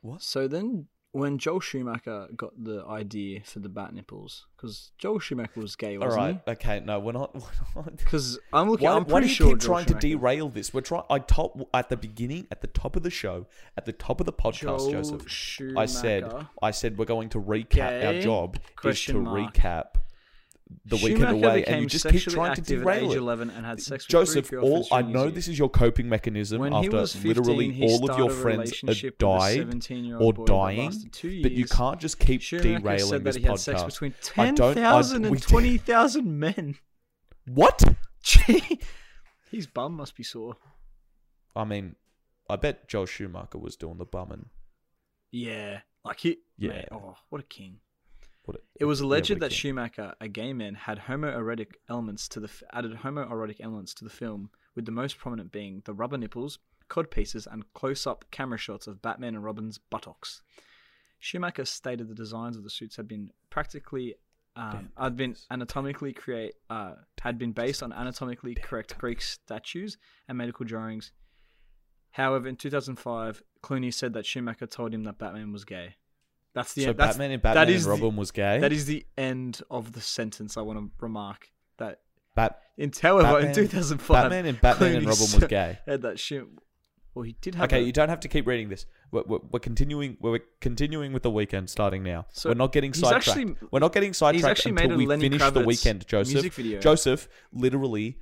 Speaker 2: What?
Speaker 3: So then, when Joel Schumacher got the idea for the bat nipples, because Joel Schumacher was gay,
Speaker 2: All
Speaker 3: wasn't
Speaker 2: right. Okay. No, we're not. We're not.
Speaker 3: Because I'm looking.
Speaker 2: Why,
Speaker 3: I'm pretty
Speaker 2: why do you
Speaker 3: sure
Speaker 2: keep
Speaker 3: Joel
Speaker 2: trying to
Speaker 3: Schumacher-
Speaker 2: derail this? We're trying. I top at the beginning, at the top of the show, at the top of the podcast,
Speaker 3: Joel
Speaker 2: Joseph.
Speaker 3: Schumacher.
Speaker 2: I said, I said, we're going to recap. Our
Speaker 3: Gay?
Speaker 2: job is to
Speaker 3: Question mark.
Speaker 2: recap the
Speaker 3: Schumacher
Speaker 2: weekend away,
Speaker 3: became
Speaker 2: and you just keep
Speaker 3: sexually
Speaker 2: trying to
Speaker 3: active at
Speaker 2: derail
Speaker 3: age
Speaker 2: it.
Speaker 3: 11 and had sex with
Speaker 2: Joseph,
Speaker 3: three
Speaker 2: all
Speaker 3: girlfriends
Speaker 2: I
Speaker 3: during
Speaker 2: know
Speaker 3: his
Speaker 2: this
Speaker 3: youth.
Speaker 2: is your coping mechanism
Speaker 3: When he
Speaker 2: after
Speaker 3: was 15,
Speaker 2: literally
Speaker 3: he
Speaker 2: all of your
Speaker 3: started a
Speaker 2: friends are
Speaker 3: relationship with a
Speaker 2: dying
Speaker 3: 17-year-old
Speaker 2: or
Speaker 3: boy that
Speaker 2: dying,
Speaker 3: lasted two
Speaker 2: but you
Speaker 3: years.
Speaker 2: can't just keep
Speaker 3: Schumacher
Speaker 2: derailing
Speaker 3: said that
Speaker 2: this
Speaker 3: he had
Speaker 2: podcast.
Speaker 3: sex between
Speaker 2: I don't- I-
Speaker 3: 10,000
Speaker 2: we
Speaker 3: and
Speaker 2: did-
Speaker 3: 20,000 men.
Speaker 2: What?
Speaker 3: Gee, his bum must be sore.
Speaker 2: I mean, I bet Joel Schumacher was doing the bumming.
Speaker 3: Yeah, like he.
Speaker 2: Yeah.
Speaker 3: mate, oh, what a king!
Speaker 2: What
Speaker 3: It was
Speaker 2: yeah,
Speaker 3: alleged
Speaker 2: what a
Speaker 3: that
Speaker 2: king.
Speaker 3: Schumacher, a gay man, had homoerotic elements to the f- added homoerotic elements to the film, with the most prominent being the rubber nipples, cod pieces, and close-up camera shots of Batman and Robin's buttocks. Schumacher stated the designs of the suits had been practically, um, had been anatomically create, uh, had been based on anatomically correct Greek statues and medical drawings. However, in 2005, Clooney said that Schumacher told him that Batman was gay. That's the
Speaker 2: so
Speaker 3: end. That's,
Speaker 2: Batman and
Speaker 3: that
Speaker 2: Batman
Speaker 3: is
Speaker 2: and
Speaker 3: the-
Speaker 2: Robin was gay.
Speaker 3: that is the end of the sentence I want to remark that
Speaker 2: Bat-
Speaker 3: It's however in
Speaker 2: Batman-
Speaker 3: 2005.
Speaker 2: Batman and Batman and
Speaker 3: Clooney
Speaker 2: Robin
Speaker 3: so-
Speaker 2: was gay.
Speaker 3: Had that shit. Well, he did have.
Speaker 2: Okay,
Speaker 3: that.
Speaker 2: you don't have to keep reading this. We're, we're, we're continuing. We're continuing with the weekend starting now.
Speaker 3: So
Speaker 2: we're not getting
Speaker 3: he's
Speaker 2: sidetracked.
Speaker 3: actually-
Speaker 2: we're not getting
Speaker 3: he's
Speaker 2: sidetracked
Speaker 3: actually made
Speaker 2: until
Speaker 3: a
Speaker 2: we
Speaker 3: Lenny
Speaker 2: finish the
Speaker 3: Kravitz
Speaker 2: weekend. Joseph,
Speaker 3: music video.
Speaker 2: Joseph, literally,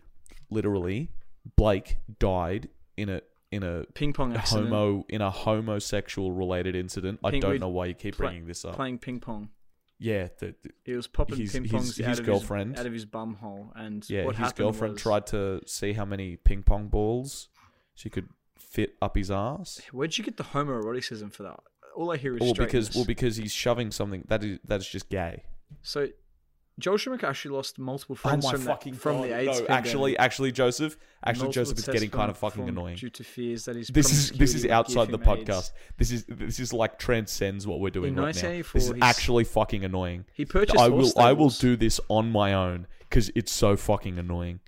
Speaker 2: literally, Blake died in a in a
Speaker 3: ping pong accident.
Speaker 2: homo in a homosexual related incident. I
Speaker 3: Pink
Speaker 2: don't
Speaker 3: Ridge
Speaker 2: know why you keep
Speaker 3: pla-
Speaker 2: bringing this up.
Speaker 3: playing ping pong.
Speaker 2: yeah, the, the-
Speaker 3: He was popping
Speaker 2: His-
Speaker 3: ping
Speaker 2: his-
Speaker 3: pongs out
Speaker 2: his
Speaker 3: of
Speaker 2: girlfriend.
Speaker 3: his out of his bum hole, and
Speaker 2: yeah.
Speaker 3: what
Speaker 2: his
Speaker 3: happened
Speaker 2: girlfriend
Speaker 3: was,
Speaker 2: tried to see how many ping pong balls she could fit up his ass.
Speaker 3: Where'd you get the homoeroticism for that? All I hear is
Speaker 2: Well, because well,
Speaker 3: straightness.
Speaker 2: because he's shoving something that is that is just gay.
Speaker 3: so Joel Schumacher actually lost
Speaker 2: Oh
Speaker 3: multiple friends from, that, from the AIDS
Speaker 2: No, actually,
Speaker 3: pandemic.
Speaker 2: actually, Joseph, actually,
Speaker 3: Multiple
Speaker 2: Joseph, it's
Speaker 3: tests
Speaker 2: getting kind of
Speaker 3: from-
Speaker 2: fucking
Speaker 3: from-
Speaker 2: annoying.
Speaker 3: due to fears that his
Speaker 2: This is this
Speaker 3: promiscuity
Speaker 2: is
Speaker 3: would
Speaker 2: outside the
Speaker 3: give him
Speaker 2: podcast.
Speaker 3: AIDS.
Speaker 2: This is this is like transcends what we're doing
Speaker 3: In
Speaker 2: right now.
Speaker 3: 1984,
Speaker 2: This is
Speaker 3: he's-
Speaker 2: actually fucking annoying.
Speaker 3: He purchased.
Speaker 2: I will
Speaker 3: horse
Speaker 2: I will
Speaker 3: stables.
Speaker 2: do this on my own because it's so fucking annoying.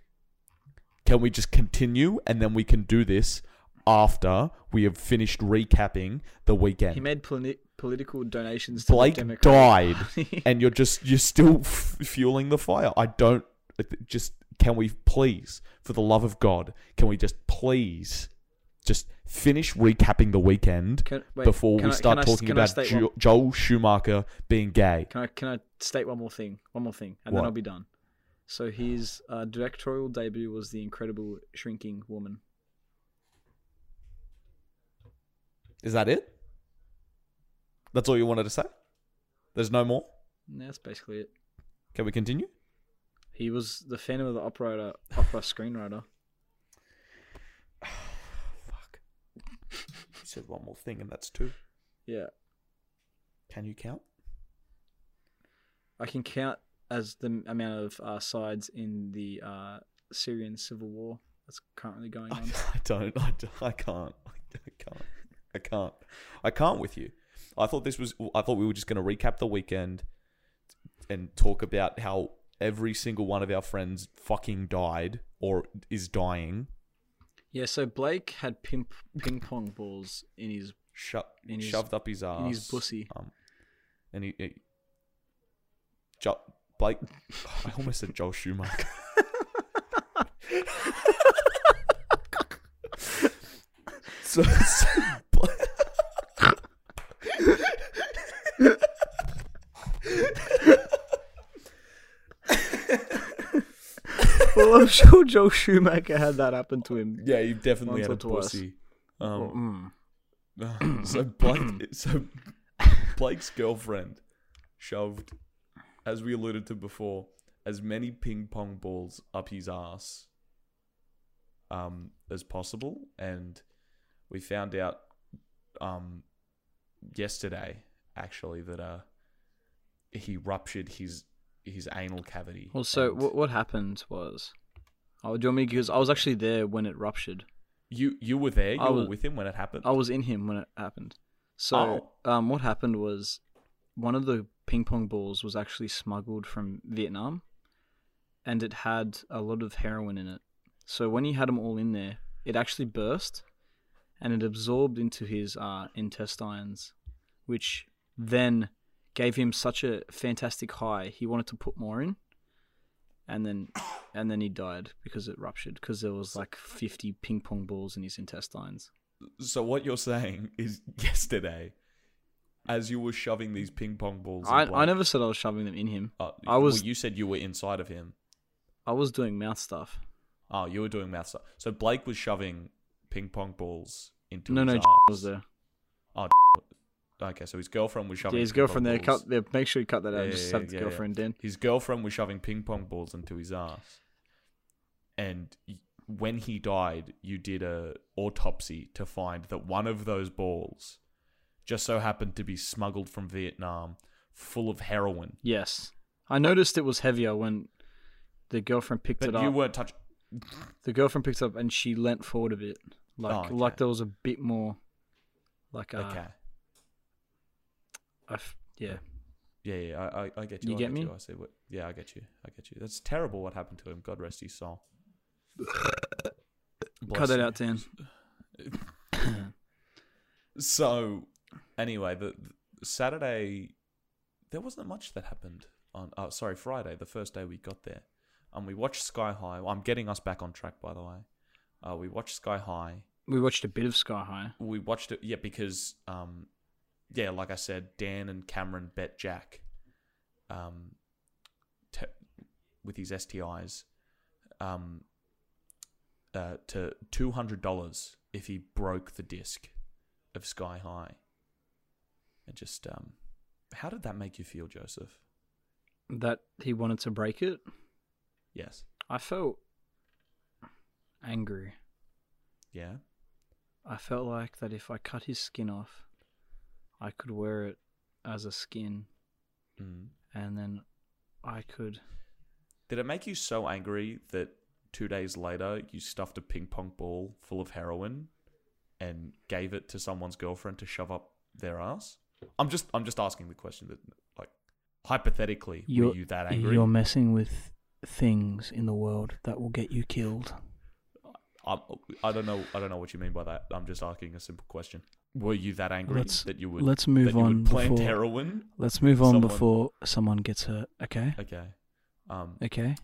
Speaker 2: Can we just continue and then we can do this after we have finished recapping the weekend?
Speaker 3: He made poli- political donations to
Speaker 2: Blake
Speaker 3: the Democratic
Speaker 2: died,
Speaker 3: Party.
Speaker 2: and you're just you're still f- fueling the fire. I don't it- just. Can we please, for the love of God, can we just please just finish recapping the weekend
Speaker 3: Can- wait,
Speaker 2: before
Speaker 3: can
Speaker 2: we
Speaker 3: I-
Speaker 2: start
Speaker 3: can I s-
Speaker 2: talking
Speaker 3: can I
Speaker 2: about
Speaker 3: state
Speaker 2: Jo-
Speaker 3: one-
Speaker 2: Joel Schumacher being gay?
Speaker 3: Can I can I state one more thing? One more thing, and
Speaker 2: What?
Speaker 3: then I'll be done. So his uh, directorial debut was the incredible Shrinking Woman.
Speaker 2: Is that it? That's all you wanted to say? There's no more?
Speaker 3: And that's basically it.
Speaker 2: Can we continue?
Speaker 3: He was the Phantom of the Opera opera screenwriter.
Speaker 2: Fuck. You said one more thing, and that's two.
Speaker 3: Yeah,
Speaker 2: Can you count?
Speaker 3: I can count as the m- amount of uh, sides in the uh, Syrian civil war that's currently going
Speaker 2: I,
Speaker 3: on.
Speaker 2: I don't. I, don't- I can't. I can't. I can't. I can't with you. I thought this was. I thought we were just going to recap the weekend and talk about how every single one of our friends fucking died or is dying.
Speaker 3: yeah, so Blake had pimp, ping pong balls in his
Speaker 2: Sho-
Speaker 3: In his-
Speaker 2: shoved up his ass.
Speaker 3: his pussy.
Speaker 2: Um, and he. he jo- Blake. I almost said Joel Schumacher. so. so
Speaker 3: well, I'm sure Joe Schumacher had that happen to him.
Speaker 2: yeah, you definitely
Speaker 3: Once
Speaker 2: had a
Speaker 3: or twice.
Speaker 2: pussy. Um,
Speaker 3: Mm.
Speaker 2: so Blake, so Blake's girlfriend shoved, as we alluded to before, as many ping pong balls up his ass, um, as possible, and we found out, um, yesterday actually that uh, he ruptured his his anal cavity.
Speaker 3: Well, so
Speaker 2: and
Speaker 3: what, what happened was, oh, do you want me? Because I was actually there when it ruptured.
Speaker 2: you you were there, you
Speaker 3: I
Speaker 2: were
Speaker 3: was-
Speaker 2: with him when it happened.
Speaker 3: I was in him when it happened. So, um, what happened was, one of the ping pong balls was actually smuggled from Vietnam, and it had a lot of heroin in it. So when he had them all in there, it actually burst, and it absorbed into his uh, intestines, which then gave him such a fantastic high. He wanted to put more in, and then and then he died because it ruptured because there was like 50 ping pong balls in his intestines.
Speaker 2: So what you're saying is yesterday, as you were shoving these ping pong balls, in
Speaker 3: I, I
Speaker 2: Blake-
Speaker 3: never said I was shoving them in him.
Speaker 2: Oh,
Speaker 3: I was-
Speaker 2: well, you said you were inside of him.
Speaker 3: I was doing mouth stuff.
Speaker 2: Oh, you were doing math stuff. So Blake was shoving ping pong balls into.
Speaker 3: no,
Speaker 2: his
Speaker 3: no,
Speaker 2: ass.
Speaker 3: was there.
Speaker 2: Okay, so his girlfriend was shoving.
Speaker 3: Yeah, his
Speaker 2: ping pong
Speaker 3: girlfriend there.
Speaker 2: balls-
Speaker 3: Cut, there. Make sure you cut that out.
Speaker 2: Yeah,
Speaker 3: just
Speaker 2: yeah,
Speaker 3: have
Speaker 2: yeah,
Speaker 3: his
Speaker 2: yeah, yeah.
Speaker 3: girlfriend in.
Speaker 2: His girlfriend was shoving ping pong balls into his ass, and y- when he died, you did a autopsy to find that one of those balls just so happened to be smuggled from Vietnam, full of heroin.
Speaker 3: Yes, I noticed it was heavier when the girlfriend picked
Speaker 2: But
Speaker 3: it
Speaker 2: you
Speaker 3: up.
Speaker 2: weren't touch.
Speaker 3: The girlfriend picked it up and she leant forward a bit, like
Speaker 2: Oh, okay.
Speaker 3: like there was a bit more, like uh,
Speaker 2: Okay.
Speaker 3: I f- yeah.
Speaker 2: Yeah, yeah, I, I, I get you.
Speaker 3: You
Speaker 2: I
Speaker 3: get
Speaker 2: get
Speaker 3: me?
Speaker 2: You. I see what. Yeah, I get you. I get you. That's terrible. What happened to him? God rest his soul.
Speaker 3: Cut
Speaker 2: Bless
Speaker 3: that
Speaker 2: you.
Speaker 3: out, Dan.
Speaker 2: So, anyway, the, the Saturday, there wasn't much that happened on. Oh, sorry, Friday, the first day we got there. Um, we watched Sky High. I'm getting us back on track, by the way. Uh, we watched Sky High.
Speaker 3: We watched a bit of Sky High.
Speaker 2: We watched it, yeah, because, um, yeah, like I said, Dan and Cameron bet Jack, um, to, with his STIs, um, uh, to two hundred dollars if he broke the disc of Sky High. And just, um, how did that make you feel, Joseph?
Speaker 3: That he wanted to break it.
Speaker 2: Yes.
Speaker 3: I felt angry.
Speaker 2: Yeah.
Speaker 3: I felt like that if I cut his skin off, I could wear it as a skin,
Speaker 2: Mm.
Speaker 3: and then I could.
Speaker 2: Did it make you so angry that two days later you stuffed a ping pong ball full of heroin and gave it to someone's girlfriend to shove up their ass? I'm just I'm just asking the question that like hypothetically were
Speaker 3: You're-
Speaker 2: you that angry?
Speaker 3: You're messing with things in the world that will get you killed.
Speaker 2: I, I don't know I don't know what you mean by that. I'm just asking a simple question. Were you that angry
Speaker 3: Let's-
Speaker 2: that you would
Speaker 3: Let's
Speaker 2: that
Speaker 3: move
Speaker 2: you
Speaker 3: on
Speaker 2: would plant
Speaker 3: before.
Speaker 2: heroin?
Speaker 3: let's move on
Speaker 2: someone-
Speaker 3: before someone gets hurt. Okay.
Speaker 2: Okay. Um
Speaker 3: Okay.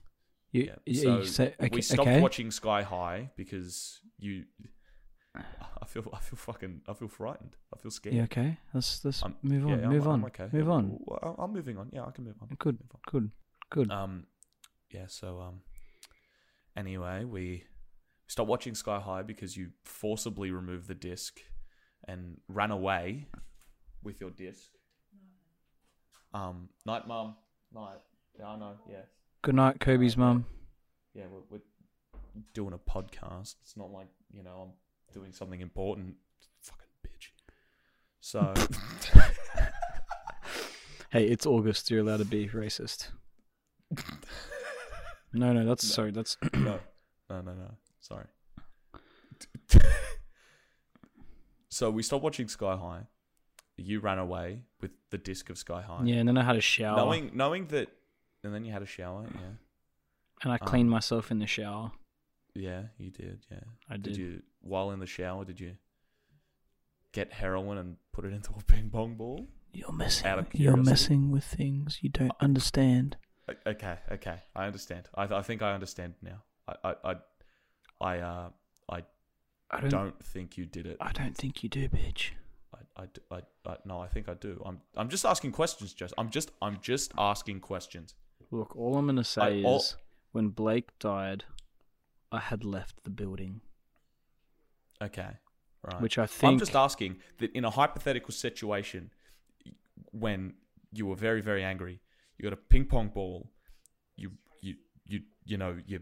Speaker 3: You,
Speaker 2: Yeah,
Speaker 3: you-
Speaker 2: so
Speaker 3: you say okay.
Speaker 2: we stopped
Speaker 3: okay.
Speaker 2: watching Sky High because you I feel I feel fucking I feel frightened. I feel scared.
Speaker 3: You okay? Let's let's
Speaker 2: I'm-
Speaker 3: move on.
Speaker 2: Yeah, I'm-
Speaker 3: move on.
Speaker 2: I'm okay.
Speaker 3: Move
Speaker 2: I'm-
Speaker 3: on.
Speaker 2: well, I'm- I'm moving on. Yeah, I can move on.
Speaker 3: Good.
Speaker 2: Move
Speaker 3: Good. Good.
Speaker 2: on. Um, yeah. So um, anyway, we stopped watching Sky High because you forcibly removed the disc and ran away with your disc. Um, night, mum. Night. Yeah, I know. Yeah,
Speaker 3: Good night,
Speaker 2: uh,
Speaker 3: Kobe's mum.
Speaker 2: yeah. We're, we're doing a podcast. It's not like you know I'm doing something important. Fucking bitch. So.
Speaker 3: Hey, it's August. You're allowed to be racist. No, no, that's sorry. That's
Speaker 2: no, no, no, no. Sorry. so we stopped watching Sky High. You ran away with the disc of Sky High.
Speaker 3: yeah. And then I had a shower,
Speaker 2: Knowing, knowing that, and then you had a shower. Yeah,
Speaker 3: and I
Speaker 2: um,
Speaker 3: cleaned myself in the shower.
Speaker 2: yeah, you did. Yeah,
Speaker 3: I
Speaker 2: did
Speaker 3: did.
Speaker 2: you? While in the shower, did you get heroin and put it into a ping pong ball?
Speaker 3: You're messing.
Speaker 2: Out of you're curiosity. Uh, messing
Speaker 3: with things you don't understand.
Speaker 2: O- Okay, okay, I understand. I, I think I understand now. I, I, I, I, uh,
Speaker 3: I don't.
Speaker 2: don't think you did it.
Speaker 3: I don't think you do, bitch.
Speaker 2: I, I, d- I, I- no, I think I do. I'm, I'm just asking questions, Jess. I'm just, I'm just asking questions.
Speaker 3: Look, all I'm gonna say
Speaker 2: all-
Speaker 3: is when Blake died, I had left the building,
Speaker 2: Okay, right.
Speaker 3: which I think.
Speaker 2: I'm just asking that in a hypothetical situation, when you were very, very angry, you got a ping pong ball, you, you, you, you know, you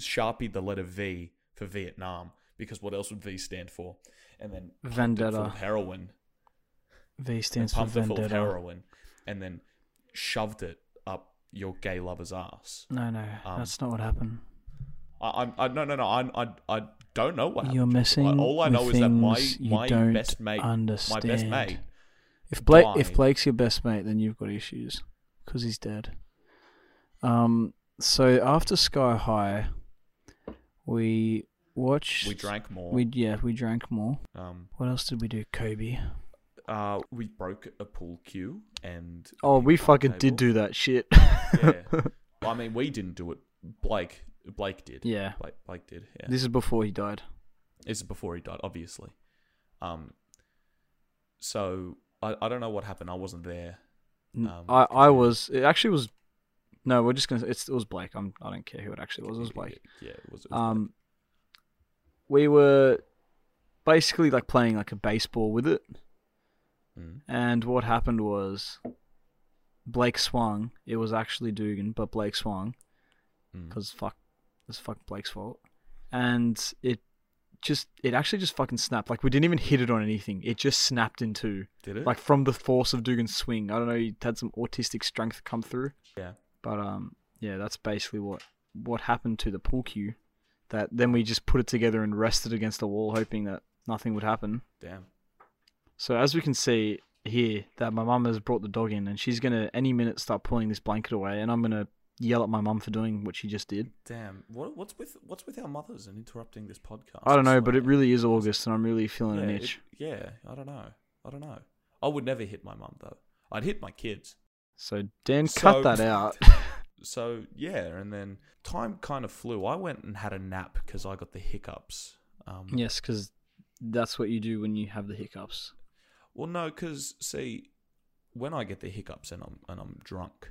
Speaker 2: sharpied the letter V for Vietnam because what else would V stand for? And then pumped it full
Speaker 3: Vendetta.
Speaker 2: of heroin.
Speaker 3: v stands for
Speaker 2: pumped it full of
Speaker 3: vendetta.
Speaker 2: heroin, and then shoved it up your gay lover's ass.
Speaker 3: No, no,
Speaker 2: Um,
Speaker 3: that's not what happened.
Speaker 2: I, I'm- I, no, no, no. I, I, I don't know what
Speaker 3: You're
Speaker 2: happened.
Speaker 3: messing.
Speaker 2: I- all I know
Speaker 3: with
Speaker 2: is that my-
Speaker 3: things you
Speaker 2: my
Speaker 3: don't
Speaker 2: best mate- My
Speaker 3: understand.
Speaker 2: best mate.
Speaker 3: If Blake, if
Speaker 2: died.
Speaker 3: Blake's your best mate, then you've got issues because he's dead. Um. So after Sky High, we watched.
Speaker 2: We drank more.
Speaker 3: We yeah, we drank more.
Speaker 2: um,
Speaker 3: What else did we do, Kobe?
Speaker 2: uh, we broke a pool cue, and
Speaker 3: Oh, we fucking
Speaker 2: did
Speaker 3: did
Speaker 2: do
Speaker 3: do that shit.
Speaker 2: yeah. I mean, we didn't do it. Blake, Blake did.
Speaker 3: yeah.
Speaker 2: Blake, Blake did. Yeah.
Speaker 3: This is before he died.
Speaker 2: This is before he died, obviously. Um. So I, I don't know what happened. I wasn't there.
Speaker 3: N-
Speaker 2: Um,
Speaker 3: I, I was. It actually was. No, we're just gonna. It's, it was Blake. I'm. I don't care who it actually was. It was Blake.
Speaker 2: Yeah, it was. It was
Speaker 3: Um, we were basically like playing like a baseball with it,
Speaker 2: Blake. Mm.
Speaker 3: and what happened was Blake swung. It was actually Dugan, but Blake swung
Speaker 2: Mm.
Speaker 3: because fuck, it's fuck Blake's fault, and it just it actually just fucking snapped. Like we didn't even hit it on anything. It just snapped in two.
Speaker 2: Did it?
Speaker 3: like from the force of Dugan's swing. I don't know, he had some autistic strength come through.
Speaker 2: Yeah.
Speaker 3: But um, yeah, that's basically what what happened to the pool cue. That then we just put it together and rested against the wall, hoping that nothing would happen.
Speaker 2: Damn.
Speaker 3: So as we can see here, that my mum has brought the dog in, and she's gonna any minute start pulling this blanket away, and I'm gonna yell at my mum for doing what she just did.
Speaker 2: Damn. What, what's with what's with our mothers and interrupting this podcast?
Speaker 3: I don't know,
Speaker 2: It's
Speaker 3: but
Speaker 2: like-
Speaker 3: it really is August, and I'm really feeling an
Speaker 2: yeah,
Speaker 3: itch.
Speaker 2: it- yeah, I don't know. I don't know. I would never hit my mum though. I'd hit my kids.
Speaker 3: So Dan,
Speaker 2: So-
Speaker 3: cut that out.
Speaker 2: So yeah, and then time kind of flew. I went and had a nap because I got the hiccups. Um,
Speaker 3: Yes, because that's what you do when you have the hiccups.
Speaker 2: Well, no, because see, when I get the hiccups and I'm and I'm drunk,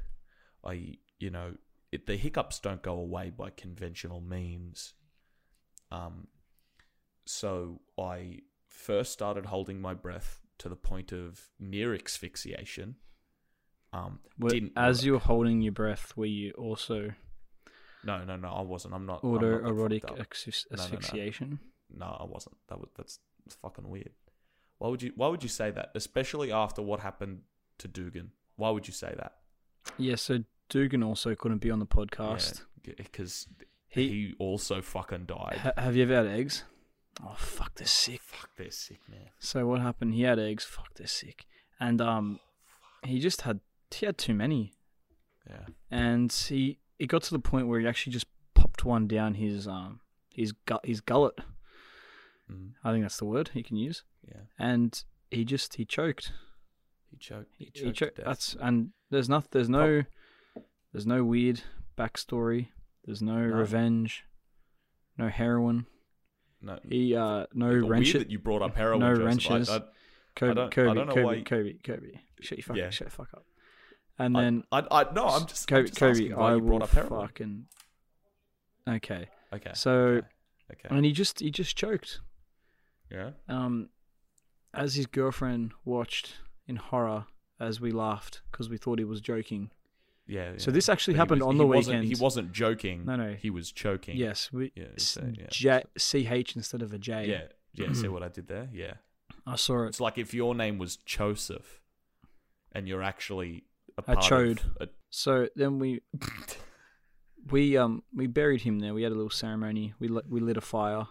Speaker 2: I you know it, the hiccups don't go away by conventional means. Um, so I first started holding my breath to the point of near asphyxiation. Um,
Speaker 3: Were-
Speaker 2: didn't
Speaker 3: as
Speaker 2: work.
Speaker 3: you're holding your breath, were you also
Speaker 2: no no no I wasn't I'm not I'm not that fucked
Speaker 3: autoerotic
Speaker 2: up.
Speaker 3: asphy-
Speaker 2: No, no, no.
Speaker 3: asphyxiation?
Speaker 2: No, I wasn't. That was that's fucking weird. Why would you Why would you say that? Especially after what happened to Dugan. Why would you say that?
Speaker 3: Yeah, so Dugan also couldn't be on the podcast.
Speaker 2: Because he,
Speaker 3: He-
Speaker 2: also fucking died.
Speaker 3: Ha- have you ever had eggs? Oh fuck, they're sick.
Speaker 2: Fuck, they're sick, man.
Speaker 3: So what happened? He had eggs. Fuck, they're sick. And um, he just had he had too many,
Speaker 2: Yeah.
Speaker 3: and he it got to the point where he actually just popped one down his um his gut his gullet.
Speaker 2: Mm,
Speaker 3: I think that's the word he can use.
Speaker 2: yeah.
Speaker 3: And he just he choked.
Speaker 2: He choked.
Speaker 3: He,
Speaker 2: choked. to
Speaker 3: choked.
Speaker 2: death.
Speaker 3: That's and there's not there's no there's no weird backstory. There's no,
Speaker 2: No.
Speaker 3: revenge. No heroin.
Speaker 2: no.
Speaker 3: He uh no
Speaker 2: It's
Speaker 3: wrench
Speaker 2: weird that you brought up heroin.
Speaker 3: no
Speaker 2: Joseph. I-
Speaker 3: wrenches.
Speaker 2: I,
Speaker 3: Kobe,
Speaker 2: don't- I
Speaker 3: Kobe,
Speaker 2: don't know
Speaker 3: Kobe,
Speaker 2: why you-
Speaker 3: Kobe, Kobe. Shut your fucking
Speaker 2: Yeah.
Speaker 3: shut the fuck up. And
Speaker 2: I-
Speaker 3: then
Speaker 2: I, I, no, I'm just, I'm
Speaker 3: Kobe,
Speaker 2: just
Speaker 3: Kobe,
Speaker 2: asking why
Speaker 3: I
Speaker 2: you brought
Speaker 3: will
Speaker 2: up heroin.
Speaker 3: fucking okay.
Speaker 2: Okay.
Speaker 3: So
Speaker 2: okay. okay.
Speaker 3: and he just he just choked.
Speaker 2: Yeah.
Speaker 3: Um, as his girlfriend watched in horror as we laughed because we thought he was joking.
Speaker 2: Yeah.
Speaker 3: So
Speaker 2: yeah.
Speaker 3: this actually
Speaker 2: But he
Speaker 3: happened
Speaker 2: was-
Speaker 3: on
Speaker 2: he
Speaker 3: the
Speaker 2: wasn't-
Speaker 3: weekend.
Speaker 2: He wasn't joking.
Speaker 3: No, no.
Speaker 2: He was choking.
Speaker 3: Yes, we,
Speaker 2: Yeah, you
Speaker 3: s-
Speaker 2: say, yeah.
Speaker 3: J- CH instead of a J.
Speaker 2: Yeah. Yeah. See what I did there? Yeah.
Speaker 3: I saw it.
Speaker 2: It's like if your name was Joseph, and you're actually a
Speaker 3: A
Speaker 2: part of
Speaker 3: chode.
Speaker 2: a-
Speaker 3: So then we we um we buried him there. We had a little ceremony. We lit, we lit a fire.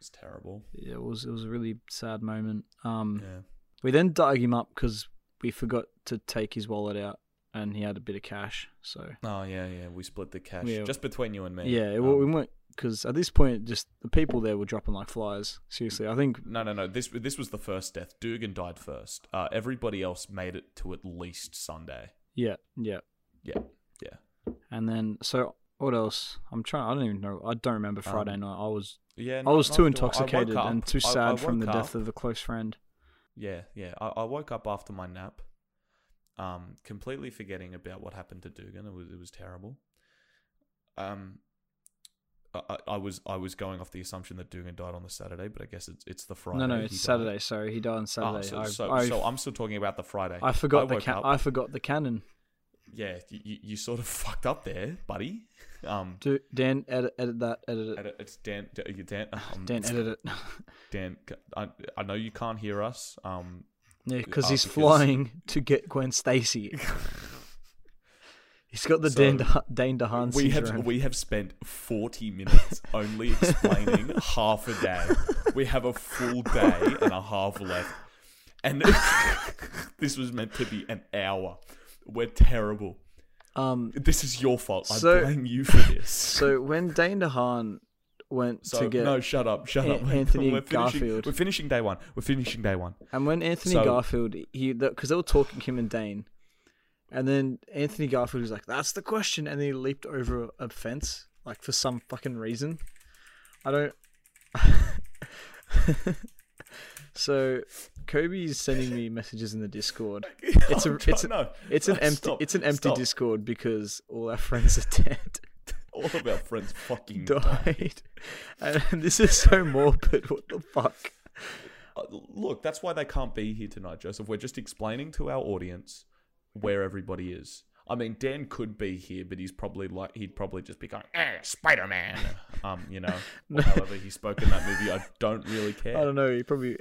Speaker 2: it's terrible.
Speaker 3: It was it was a really sad moment. Um,
Speaker 2: Yeah.
Speaker 3: we then dug him up because we forgot to take his wallet out, and he had a bit of cash. So
Speaker 2: Oh yeah, yeah. We split the cash
Speaker 3: Yeah.
Speaker 2: just between you and me.
Speaker 3: yeah, it,
Speaker 2: Um,
Speaker 3: we went because at this point, just the people there were dropping like flies. Seriously, I think
Speaker 2: no, no, no. This this was the first death. Dugan died first. Uh, everybody else made it to at least Sunday.
Speaker 3: yeah, yeah,
Speaker 2: Yeah, yeah.
Speaker 3: And then so what else? I'm trying. I don't even know. I don't remember Friday night. I was
Speaker 2: Yeah,
Speaker 3: I
Speaker 2: no-
Speaker 3: was
Speaker 2: no,
Speaker 3: too
Speaker 2: Um, I- I
Speaker 3: intoxicated
Speaker 2: woke
Speaker 3: and
Speaker 2: up-
Speaker 3: too
Speaker 2: I- I
Speaker 3: sad from the
Speaker 2: woke
Speaker 3: death
Speaker 2: up-
Speaker 3: of a close friend.
Speaker 2: Yeah, yeah. I, I woke up after my nap, um, completely forgetting about what happened to Dugan. It was it was terrible. Um, I, I- I was I was going off the assumption that Dugan died on the Saturday, but I guess it's it's the Friday.
Speaker 3: no, no,
Speaker 2: he
Speaker 3: it's
Speaker 2: died.
Speaker 3: Saturday. Sorry, he died on
Speaker 2: Ah,
Speaker 3: Saturday.
Speaker 2: so,
Speaker 3: I,
Speaker 2: so,
Speaker 3: I,
Speaker 2: so I'm still talking about the Friday.
Speaker 3: I forgot the
Speaker 2: woke
Speaker 3: ca-
Speaker 2: up.
Speaker 3: I forgot the cannon.
Speaker 2: Yeah, you, you- you sort of fucked up there, buddy. Um,
Speaker 3: Do, Dan, edit, edit that. Edit it.
Speaker 2: and it's Dan. Dan. Dan, um,
Speaker 3: Ah, Dan, edit it.
Speaker 2: Dan I, I know you can't hear us. Um,
Speaker 3: yeah, because
Speaker 2: Ah,
Speaker 3: he's
Speaker 2: because-
Speaker 3: flying to get Gwen Stacy. he's got the
Speaker 2: So,
Speaker 3: Dan, De- Dan DeHaan
Speaker 2: we
Speaker 3: syndrome.
Speaker 2: have we have spent 40 minutes only explaining half a day we have a full day and a half left and this was meant to be an hour we're terrible
Speaker 3: um,
Speaker 2: this is your fault i
Speaker 3: So-
Speaker 2: blame you for this
Speaker 3: so when Dan DeHaan went
Speaker 2: so
Speaker 3: to get,
Speaker 2: no shut up shut
Speaker 3: An-
Speaker 2: up We're-
Speaker 3: Anthony
Speaker 2: we're finishing,
Speaker 3: Garfield.
Speaker 2: we're finishing day one we're finishing day one
Speaker 3: and when Anthony
Speaker 2: so-
Speaker 3: Garfield, he because they were talking him and Dane, and then Anthony Garfield was like, "That's the question," and he leaped over a fence, like for some fucking reason. I don't. so, Kobe's sending me messages in the Discord. It's a-
Speaker 2: I'm
Speaker 3: it's a-
Speaker 2: trying- no,
Speaker 3: It's an
Speaker 2: no,
Speaker 3: empty.
Speaker 2: stop,
Speaker 3: it's an empty
Speaker 2: stop.
Speaker 3: Discord because all our friends are dead.
Speaker 2: all of our friends fucking
Speaker 3: died, and this is so morbid. What the fuck?
Speaker 2: Uh, look, that's why they can't be here tonight, Joseph. We're just explaining to our audience where everybody is. I mean, Dan could be here, but he's probably like he'd probably just be going eh, Spider Man, um, you know. Or however he spoke in that movie, I don't really care.
Speaker 3: I don't know. You probably.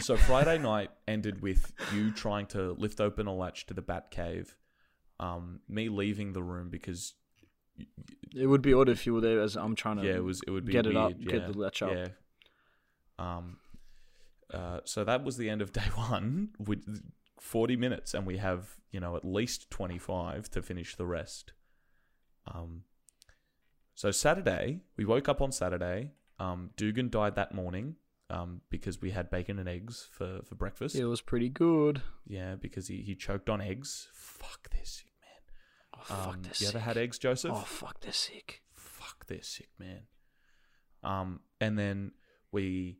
Speaker 2: So Friday night ended with you trying to lift open a latch to the Bat Cave, um, me leaving the room because
Speaker 3: It would be odd if you were there as I'm trying to.
Speaker 2: yeah, it was it would be
Speaker 3: get it
Speaker 2: weird.
Speaker 3: up,
Speaker 2: yeah,
Speaker 3: get the latch up.
Speaker 2: Yeah. Um. Uh, so that was the end of day one. With forty minutes, and we have you know at least twenty five to finish the rest. Um. So Saturday, we woke up on Saturday. Um, Dugan died that morning. Um, because we had bacon and eggs for for breakfast.
Speaker 3: It was pretty good.
Speaker 2: Yeah, because he, he choked on eggs. Fuck this, man. Um,
Speaker 3: Oh, fuck this.
Speaker 2: you ever had eggs, Joseph?
Speaker 3: Oh fuck, they're sick.
Speaker 2: fuck this sick man um and then we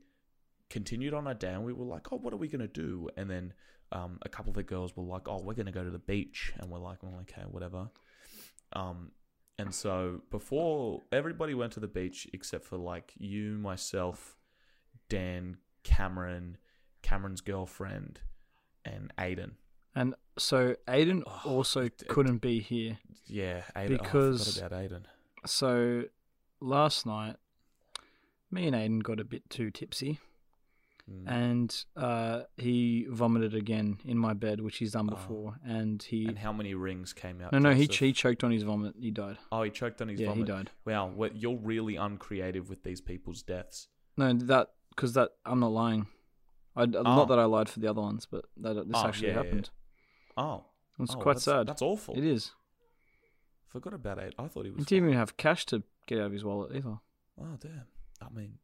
Speaker 2: continued on our day and we were like oh what are we gonna do and then um a couple of the girls were like oh we're gonna go to the beach and we're like well, okay whatever um and so before everybody went to the beach except for like you myself dan cameron cameron's girlfriend and aiden
Speaker 3: And so Aiden
Speaker 2: Oh,
Speaker 3: also
Speaker 2: d-
Speaker 3: couldn't be here.
Speaker 2: yeah aiden
Speaker 3: Because-
Speaker 2: oh, I forgot about aiden
Speaker 3: So last night, me and Aiden got a bit too tipsy,
Speaker 2: Mm.
Speaker 3: and uh, he vomited again in my bed, which he's done
Speaker 2: Oh.
Speaker 3: before. And he
Speaker 2: and how many rings came out
Speaker 3: no no he
Speaker 2: Joseph?
Speaker 3: he choked on his vomit. He died.
Speaker 2: Oh, he choked on his
Speaker 3: yeah,
Speaker 2: vomit.
Speaker 3: he died.
Speaker 2: Wow, what, you're really uncreative with these people's deaths.
Speaker 3: No, that because that I'm not lying. I,
Speaker 2: Oh.
Speaker 3: Not that I lied for the other ones, but that this
Speaker 2: Oh,
Speaker 3: actually
Speaker 2: yeah, yeah, yeah.
Speaker 3: happened.
Speaker 2: Oh,
Speaker 3: It's
Speaker 2: oh,
Speaker 3: quite
Speaker 2: that's,
Speaker 3: sad.
Speaker 2: That's awful.
Speaker 3: It is.
Speaker 2: Forgot about it. I thought he
Speaker 3: He
Speaker 2: was.
Speaker 3: didn't even have cash to get out of his wallet either.
Speaker 2: Oh damn. I mean,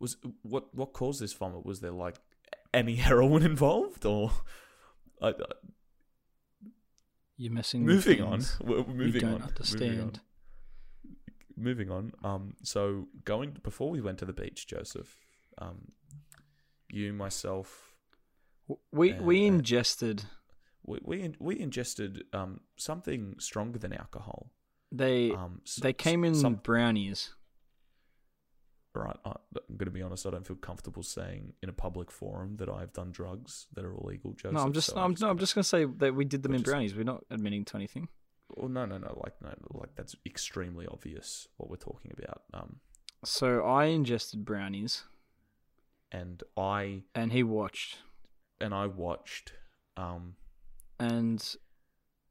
Speaker 2: was what what caused this vomit? Was there like any heroin involved or? I, I,
Speaker 3: You're messing. with
Speaker 2: moving on.
Speaker 3: things
Speaker 2: We're, we're
Speaker 3: You
Speaker 2: moving on.
Speaker 3: don't understand.
Speaker 2: Moving on. Moving on. Um. So going before we went to the beach, Joseph. Um, you myself.
Speaker 3: W- We
Speaker 2: Uh,
Speaker 3: we
Speaker 2: uh,
Speaker 3: ingested.
Speaker 2: We we, in, we ingested um something stronger than alcohol.
Speaker 3: They
Speaker 2: Um, s-
Speaker 3: they
Speaker 2: s-
Speaker 3: came in
Speaker 2: some
Speaker 3: brownies.
Speaker 2: right. I, I'm going to be honest. I don't feel comfortable saying in a public forum that I've done drugs that are illegal. Joseph,
Speaker 3: no, I'm just
Speaker 2: so
Speaker 3: no, I'm, no, I'm just gonna say that we did them
Speaker 2: we're
Speaker 3: in
Speaker 2: just-
Speaker 3: brownies. We're not admitting to anything.
Speaker 2: Well, no, no, no. Like, no, like that's extremely obvious what we're talking about. Um,
Speaker 3: So I ingested brownies,
Speaker 2: and I
Speaker 3: and he watched,
Speaker 2: and I watched. Um,
Speaker 3: and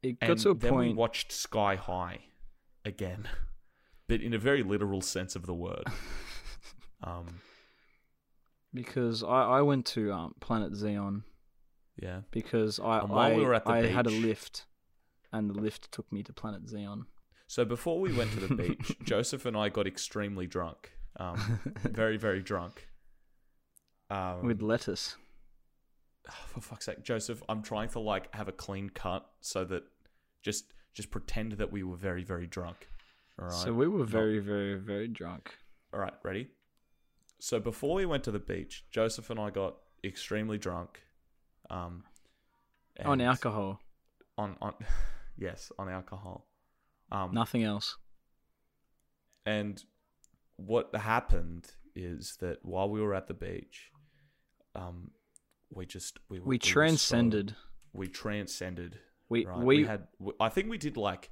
Speaker 3: it got
Speaker 2: and
Speaker 3: to a
Speaker 2: then we
Speaker 3: point.
Speaker 2: watched Sky High again, but in a very literal sense of the word. um,
Speaker 3: because I, I went to um, Planet Xeon
Speaker 2: yeah.
Speaker 3: because I
Speaker 2: And while
Speaker 3: I,
Speaker 2: we were at the
Speaker 3: I had a
Speaker 2: beach-
Speaker 3: lift, and the lift took me to Planet Xeon.
Speaker 2: So before we went to the beach, Joseph and I got extremely drunk. Um, very, very drunk. Um,
Speaker 3: with lettuce.
Speaker 2: Oh, for fuck's sake, Joseph, I'm trying to like have a clean cut so that just just pretend that we were very very drunk. All right.
Speaker 3: So we were
Speaker 2: Not-
Speaker 3: very very very drunk.
Speaker 2: all right. Ready. So before we went to the beach, Joseph and I got extremely drunk. Um,
Speaker 3: on
Speaker 2: and-
Speaker 3: alcohol,
Speaker 2: On on, yes, on alcohol. Um,
Speaker 3: nothing else.
Speaker 2: And what happened is that while we were at the beach, um, we just we were-
Speaker 3: We
Speaker 2: were so-
Speaker 3: transcended.
Speaker 2: we transcended
Speaker 3: We
Speaker 2: right?
Speaker 3: we,
Speaker 2: we had w- I think we did like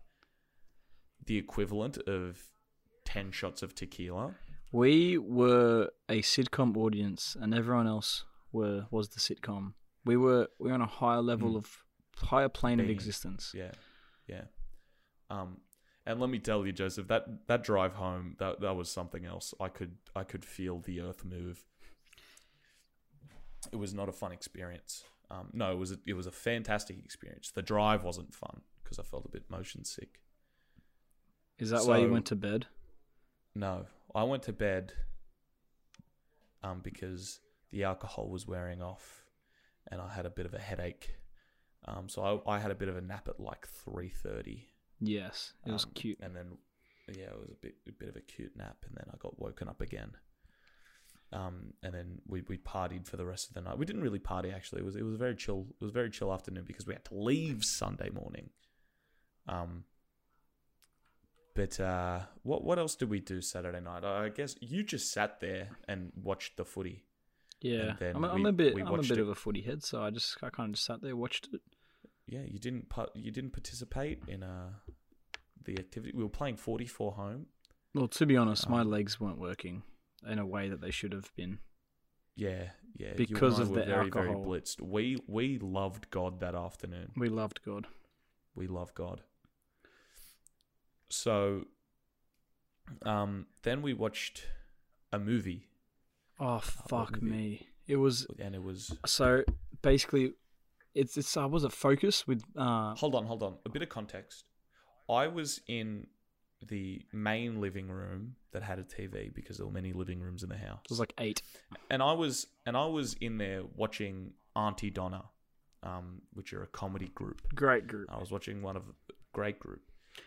Speaker 2: the equivalent of 10 shots of tequila.
Speaker 3: we were a sitcom audience, and everyone else were was the sitcom. We were we were on a higher level
Speaker 2: Mm.
Speaker 3: of higher plane of
Speaker 2: Being.
Speaker 3: existence.
Speaker 2: Yeah. Yeah. Um and let me tell you Joseph that that drive home that that was something else. I could I could feel the earth move. It was not a fun experience. Um, no, it was a, it was a fantastic experience. The drive wasn't fun because I felt a bit motion sick.
Speaker 3: Is that why you
Speaker 2: So-
Speaker 3: went to bed?
Speaker 2: No, I went to bed um, because the alcohol was wearing off and I had a bit of a headache. Um, so I, I had a bit of a nap at like 3.30.
Speaker 3: Yes, it was
Speaker 2: um,
Speaker 3: cute.
Speaker 2: And then, yeah, it was a bit, a bit of a cute nap and then I got woken up again. Um, and then we, we partied for the rest of the night. We didn't really party actually. It was it was a very chill. It was a very chill afternoon because we had to leave Sunday morning. Um, but uh, what what else did we do Saturday night? I guess you just sat there and watched the footy.
Speaker 3: Yeah,
Speaker 2: then
Speaker 3: I'm, a- I'm
Speaker 2: we-
Speaker 3: a bit
Speaker 2: we
Speaker 3: I'm a
Speaker 2: watched
Speaker 3: bit
Speaker 2: it.
Speaker 3: of a footy head, so I just I kind of just sat there watched it.
Speaker 2: Yeah, you didn't par- you didn't participate in uh, the activity. We were playing forty four home.
Speaker 3: Well, to be honest, my
Speaker 2: Um,
Speaker 3: legs weren't working in a way that they should have been.
Speaker 2: Yeah, yeah. you and
Speaker 3: Because
Speaker 2: I
Speaker 3: of
Speaker 2: were
Speaker 3: the
Speaker 2: very
Speaker 3: alcohol.
Speaker 2: very blitzed. We we loved God that afternoon.
Speaker 3: We loved God.
Speaker 2: we love God. So, um, then we watched a movie,
Speaker 3: Oh fuck
Speaker 2: movie?
Speaker 3: me! It was
Speaker 2: and it was
Speaker 3: so basically, it's it's I was at Focus with uh
Speaker 2: hold on, hold on, a bit of context. I was in the main living room that had a TV because there were many living rooms in the house.
Speaker 3: it was like eight.
Speaker 2: and I was and I was in there watching Auntie Donna, um, which are a comedy group.
Speaker 3: Great group.
Speaker 2: I was watching one of great group,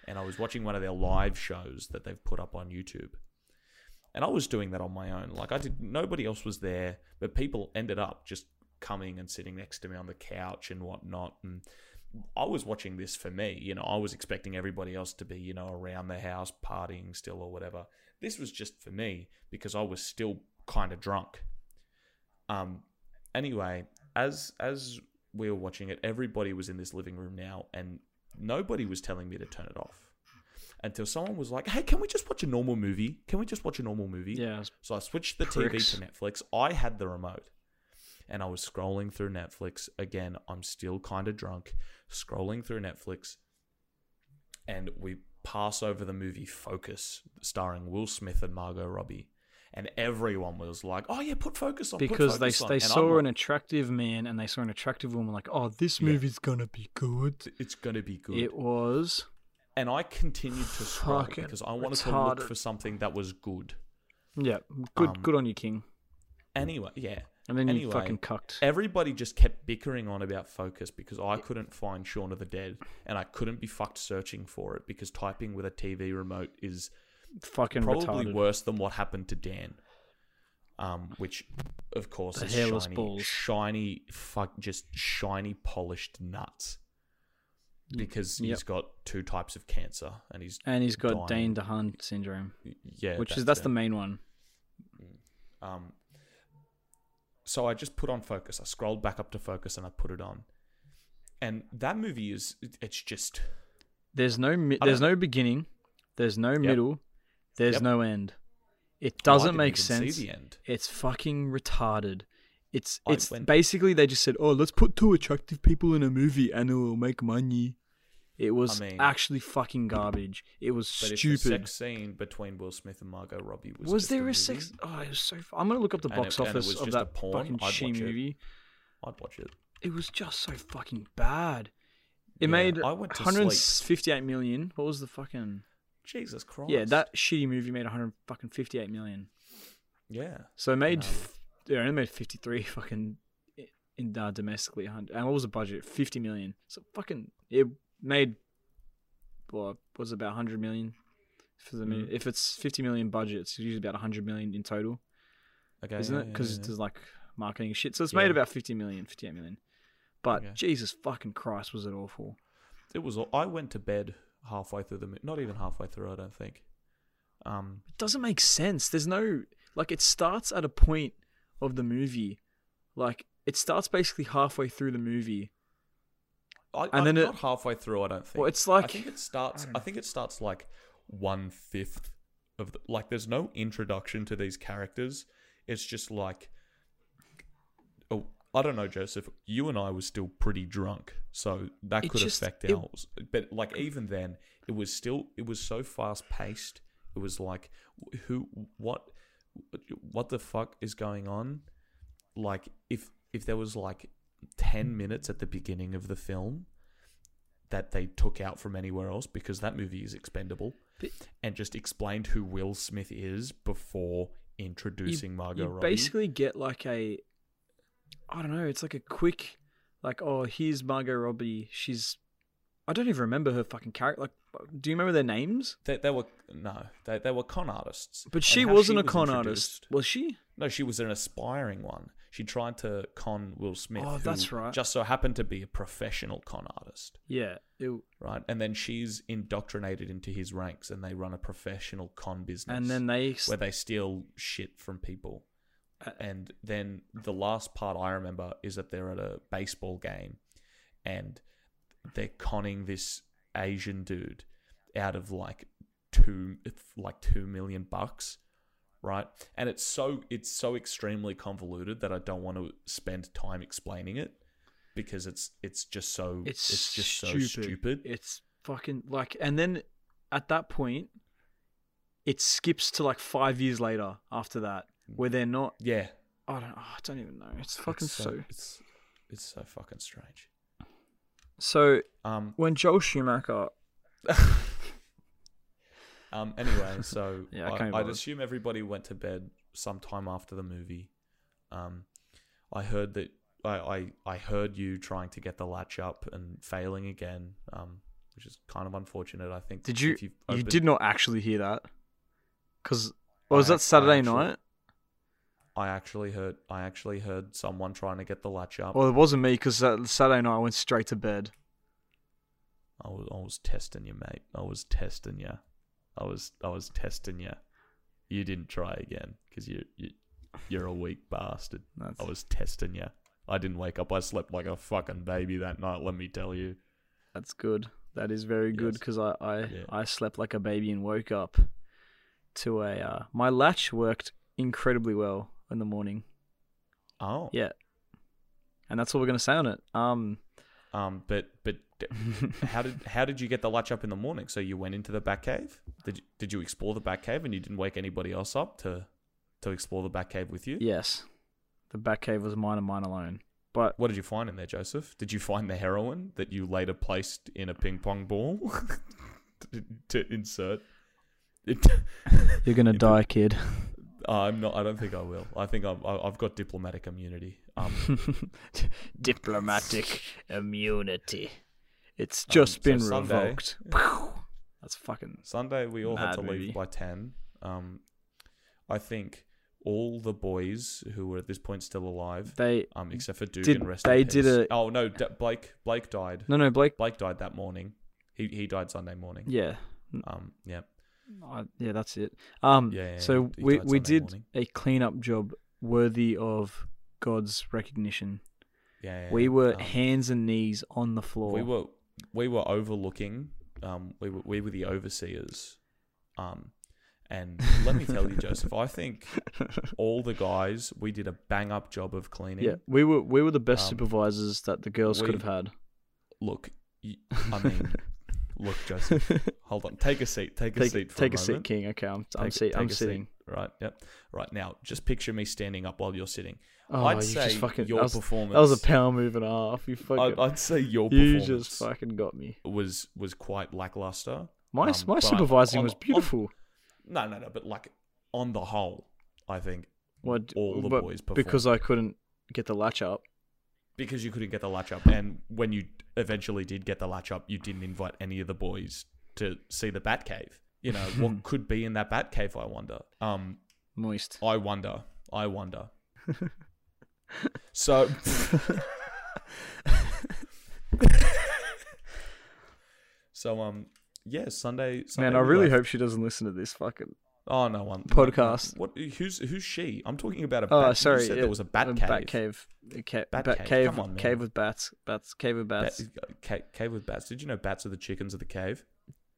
Speaker 2: and I was watching one of their live shows that they've put up on YouTube. And I was doing that on my own. Like I did nobody else was there, but people ended up just coming and sitting next to me on the couch and whatnot. And I was watching this for me, you know, I was expecting everybody else to be, you know, around the house partying still or whatever. This was just for me because I was still kind of drunk. Um anyway, as as we were watching it, everybody was in this living room now and nobody was telling me to turn it off. Until someone was like, "Hey, can we just watch a normal movie? Can we just watch a normal movie?"
Speaker 3: Yeah.
Speaker 2: So I switched the
Speaker 3: Pricks.
Speaker 2: TV to Netflix. I had the remote and I was scrolling through Netflix. Again, I'm still kind of drunk, scrolling through Netflix. And we pass over the movie Focus, starring Will Smith and Margot Robbie. And everyone was like, oh, yeah, put Focus on. put
Speaker 3: Because they,
Speaker 2: Focus on."
Speaker 3: they
Speaker 2: And I'm
Speaker 3: saw an
Speaker 2: like,
Speaker 3: attractive man and they saw an attractive woman, like, oh, this
Speaker 2: Yeah.
Speaker 3: movie's gonna be good.
Speaker 2: It's going to be good.
Speaker 3: It was.
Speaker 2: and I continued to scroll
Speaker 3: Fucking
Speaker 2: because I wanted to look
Speaker 3: retarded.
Speaker 2: for something that was good.
Speaker 3: Yeah. Good
Speaker 2: Um,
Speaker 3: good on you, King.
Speaker 2: Anyway, yeah.
Speaker 3: And then you
Speaker 2: anyway,
Speaker 3: fucking cucked.
Speaker 2: Everybody just kept bickering on about Focus because I couldn't find Shaun of the Dead and I couldn't be fucked searching for it because typing with a TV remote is
Speaker 3: fucking
Speaker 2: probably
Speaker 3: retarded.
Speaker 2: worse than what happened to Dan. Um, which, of course,
Speaker 3: The
Speaker 2: is
Speaker 3: hairless
Speaker 2: shiny,
Speaker 3: balls.
Speaker 2: shiny, fuck, just shiny polished nuts. Because
Speaker 3: yep.
Speaker 2: he's got two types of cancer, and he's
Speaker 3: And he's got
Speaker 2: dying.
Speaker 3: Dane DeHaan syndrome,
Speaker 2: yeah,
Speaker 3: which is that's
Speaker 2: it.
Speaker 3: the main one.
Speaker 2: Um, so I just put on focus. I scrolled back up to focus and I put it on. And that movie is it- it's just
Speaker 3: There's no mi-
Speaker 2: I
Speaker 3: there's no beginning, there's no middle, there's
Speaker 2: Yep.
Speaker 3: no end. It
Speaker 2: well, I
Speaker 3: doesn't
Speaker 2: didn't
Speaker 3: make
Speaker 2: even
Speaker 3: sense.
Speaker 2: See the end.
Speaker 3: It's fucking retarded. It's
Speaker 2: I
Speaker 3: it's
Speaker 2: went-
Speaker 3: basically they just said, "Oh, let's put two attractive people in a movie and it'll make money." It was
Speaker 2: mean-
Speaker 3: actually fucking garbage. It was
Speaker 2: But it's the
Speaker 3: stupid.
Speaker 2: sex scene between Will Smith and Margot Robbie was
Speaker 3: Was,
Speaker 2: just
Speaker 3: there a
Speaker 2: movie,
Speaker 3: sex? Oh, it was so. F- I'm gonna look up the
Speaker 2: And it-
Speaker 3: box
Speaker 2: and it
Speaker 3: office
Speaker 2: was
Speaker 3: of
Speaker 2: just a
Speaker 3: that
Speaker 2: porn.
Speaker 3: fucking
Speaker 2: I'd
Speaker 3: she
Speaker 2: watch it.
Speaker 3: movie.
Speaker 2: I'd watch it.
Speaker 3: It was just so fucking bad. It
Speaker 2: Yeah,
Speaker 3: made
Speaker 2: I went to
Speaker 3: 158 million. What was the fucking?
Speaker 2: Jesus Christ.
Speaker 3: Yeah, that shitty movie made 158 million.
Speaker 2: Yeah.
Speaker 3: So it made,
Speaker 2: know.
Speaker 3: f- yeah, it only made 53 fucking i- in uh, domestically. 100, and what was the budget? 50 million. So fucking, it made, what was it, about 100 million? For the
Speaker 2: Mm.
Speaker 3: movie. If it's 50 million budget, it's usually about 100 million in total,
Speaker 2: Okay.
Speaker 3: isn't
Speaker 2: yeah,
Speaker 3: it?
Speaker 2: yeah,
Speaker 3: Because
Speaker 2: yeah.
Speaker 3: there's like marketing and shit. So it's
Speaker 2: Yeah.
Speaker 3: made about 50 million, 58 million. But
Speaker 2: Okay.
Speaker 3: Jesus fucking Christ, was it awful?
Speaker 2: it was. all- I went to bed halfway through the mo- not even halfway through. I don't think. Um.
Speaker 3: doesn't make sense. There's no like it starts at a point of the movie, like it starts basically halfway through the movie.
Speaker 2: I,
Speaker 3: And then
Speaker 2: I'm
Speaker 3: it-
Speaker 2: not halfway through. I don't think.
Speaker 3: Well, it's
Speaker 2: I
Speaker 3: like
Speaker 2: think it starts.
Speaker 3: don't
Speaker 2: I,
Speaker 3: know.
Speaker 2: think it starts like one fifth of the, like. There's no introduction to these characters. It's just like, oh, I don't know, Joseph. You and I were still pretty drunk, so that
Speaker 3: It
Speaker 2: could
Speaker 3: just-
Speaker 2: affect
Speaker 3: it-
Speaker 2: ours. But like even then, it was still. It was so fast paced. It was like, who, what, what the fuck is going on? Like if if there was like 10 minutes at the beginning of the film that they took out from anywhere else because that movie is expendable
Speaker 3: But-
Speaker 2: and just explained who Will Smith is before introducing Margot
Speaker 3: you
Speaker 2: Robbie.
Speaker 3: basically get like a, I don't know, it's like a quick, like oh here's Margot Robbie. She's, I don't even remember her fucking character. Like, do you remember their names?
Speaker 2: they, they were no, they, they were con artists.
Speaker 3: But
Speaker 2: And
Speaker 3: she
Speaker 2: how
Speaker 3: wasn't a
Speaker 2: was
Speaker 3: con
Speaker 2: introduced-
Speaker 3: artist, was she?
Speaker 2: No, she was an aspiring one. She tried to con Will Smith.
Speaker 3: Oh,
Speaker 2: who
Speaker 3: that's right.
Speaker 2: Just so happened to be a professional con artist.
Speaker 3: Yeah. It,
Speaker 2: Right, and then she's indoctrinated into his ranks, and they run a professional con business.
Speaker 3: and then they
Speaker 2: where they steal shit from people.
Speaker 3: Uh,
Speaker 2: And then the last part I remember is that they're at a baseball game and they're conning this Asian dude out of like two like 2 million bucks, right? And it's so it's so extremely convoluted that I don't want to spend time explaining it because it's it's just so
Speaker 3: it's,
Speaker 2: it's, just
Speaker 3: stupid.
Speaker 2: so stupid.
Speaker 3: It's fucking like, and then at that point, it skips to like five years later after that, where they're not.
Speaker 2: yeah.
Speaker 3: I don't. oh, I don't even know. It's fucking
Speaker 2: it's
Speaker 3: so.
Speaker 2: it's it's so fucking strange.
Speaker 3: So
Speaker 2: Um
Speaker 3: when Joel Schumacher,
Speaker 2: Um, anyway, so
Speaker 3: Yeah, I
Speaker 2: I,
Speaker 3: can't be
Speaker 2: I'd
Speaker 3: bothered.
Speaker 2: assume everybody went to bed sometime after the movie. Um, I heard that I, I, I heard you trying to get the latch up and failing again. Um, which is kind of unfortunate. I think.
Speaker 3: Did you-
Speaker 2: If you've
Speaker 3: You
Speaker 2: opened-
Speaker 3: did not actually hear that, because
Speaker 2: I
Speaker 3: was
Speaker 2: ac- I
Speaker 3: that Saturday
Speaker 2: actually-
Speaker 3: night?
Speaker 2: I actually heard. I actually heard someone trying to get the latch up.
Speaker 3: Well, it wasn't me because Saturday night I went straight to bed.
Speaker 2: I was, I was testing you, mate. I was testing you. I was, I was testing you. You didn't try again because you, you, you're a weak bastard.
Speaker 3: That's,
Speaker 2: I was testing you. I didn't wake up. I slept like a fucking baby that night. Let me tell you.
Speaker 3: that's good. That is very good
Speaker 2: Yes.
Speaker 3: because I I,
Speaker 2: Yeah.
Speaker 3: I slept like a baby and woke up to a uh, my latch worked incredibly well in the morning,
Speaker 2: Oh,
Speaker 3: Yeah. and that's all we're gonna say on it. Um,
Speaker 2: Um, but but how did how did you get the latch up in the morning? So you went into the back cave. Did you, did you explore the back cave and you didn't wake anybody else up to to explore the back cave with you?
Speaker 3: yes, the back cave was mine and mine alone. But
Speaker 2: What did you find in there, Joseph? Did you find the heroin that you later placed in a ping pong ball to, to insert? It,
Speaker 3: you're gonna
Speaker 2: Into-
Speaker 3: die, kid.
Speaker 2: I'm not. I don't think I will. I think I'm, I- I've got diplomatic immunity. Um,
Speaker 3: Diplomatic immunity. It's
Speaker 2: Um,
Speaker 3: just
Speaker 2: so
Speaker 3: been
Speaker 2: Sunday-
Speaker 3: revoked. Pew. That's fucking.
Speaker 2: Sunday, we all had
Speaker 3: Mad
Speaker 2: to
Speaker 3: movie.
Speaker 2: leave by 10. Um, I think all the boys who were at this point still alive,
Speaker 3: They
Speaker 2: um, except for Dugan,
Speaker 3: Did-
Speaker 2: rest
Speaker 3: they
Speaker 2: in
Speaker 3: did
Speaker 2: peace.
Speaker 3: a-
Speaker 2: Oh, no, D- Blake Blake died.
Speaker 3: no no Blake.
Speaker 2: Blake died that morning. He, he died Sunday morning.
Speaker 3: Yeah,
Speaker 2: Um, yeah.
Speaker 3: I, yeah, that's it. Um,
Speaker 2: Yeah, yeah,
Speaker 3: so
Speaker 2: he
Speaker 3: we
Speaker 2: died
Speaker 3: we
Speaker 2: Sunday
Speaker 3: did
Speaker 2: morning.
Speaker 3: a cleanup job worthy of God's recognition.
Speaker 2: Yeah, yeah,
Speaker 3: we were
Speaker 2: um,
Speaker 3: hands and knees on the floor.
Speaker 2: we were we were overlooking um we were, we were the overseers um and let me tell you joseph i think all the guys we did a bang up job of cleaning
Speaker 3: yeah, we were we were the best
Speaker 2: Um,
Speaker 3: supervisors that the girls
Speaker 2: we-
Speaker 3: could have had.
Speaker 2: look y- i mean look joseph hold on take a seat take a
Speaker 3: take
Speaker 2: seat for
Speaker 3: take a,
Speaker 2: a,
Speaker 3: seat,
Speaker 2: moment.
Speaker 3: King. Okay, I'm I'm,
Speaker 2: Take-
Speaker 3: seat, I'm
Speaker 2: take a seat.
Speaker 3: sitting.
Speaker 2: right yep right now just picture me standing up while you're sitting
Speaker 3: Oh,
Speaker 2: i'd
Speaker 3: you
Speaker 2: say
Speaker 3: just fucking
Speaker 2: your
Speaker 3: that was,
Speaker 2: performance
Speaker 3: that was a power move and a half. You fucking
Speaker 2: I'd, I'd say your
Speaker 3: you
Speaker 2: performance
Speaker 3: just fucking got me.
Speaker 2: was was quite lackluster
Speaker 3: My
Speaker 2: Um,
Speaker 3: my
Speaker 2: but
Speaker 3: supervising
Speaker 2: on-
Speaker 3: was
Speaker 2: on-
Speaker 3: beautiful.
Speaker 2: No, no, no. But like on the whole, I think
Speaker 3: What
Speaker 2: all the
Speaker 3: but
Speaker 2: boys performed
Speaker 3: because I couldn't get the latch up.
Speaker 2: because you couldn't get the latch up, and when you eventually did get the latch up, you didn't invite any of the boys to see the bat cave. You know what could be in that bat cave? I wonder. Um,
Speaker 3: Moist.
Speaker 2: I wonder. I wonder. so, so um, yeah. Sunday. Sunday
Speaker 3: Man, I
Speaker 2: we
Speaker 3: really
Speaker 2: left.
Speaker 3: hope she doesn't listen to this fucking
Speaker 2: Oh no one
Speaker 3: Podcast.
Speaker 2: What? Who's who's she? I'm talking about a.
Speaker 3: Oh,
Speaker 2: bat. you
Speaker 3: sorry,
Speaker 2: said
Speaker 3: yeah,
Speaker 2: there was a bat
Speaker 3: uh,
Speaker 2: cave.
Speaker 3: bat cave. A ca-
Speaker 2: Bat
Speaker 3: bat,
Speaker 2: cave,
Speaker 3: cave.
Speaker 2: come on, man.
Speaker 3: cave with bats. Bats. Cave with
Speaker 2: Ba-
Speaker 3: bats.
Speaker 2: ca- cave with bats. Did you know bats are the chickens of the cave?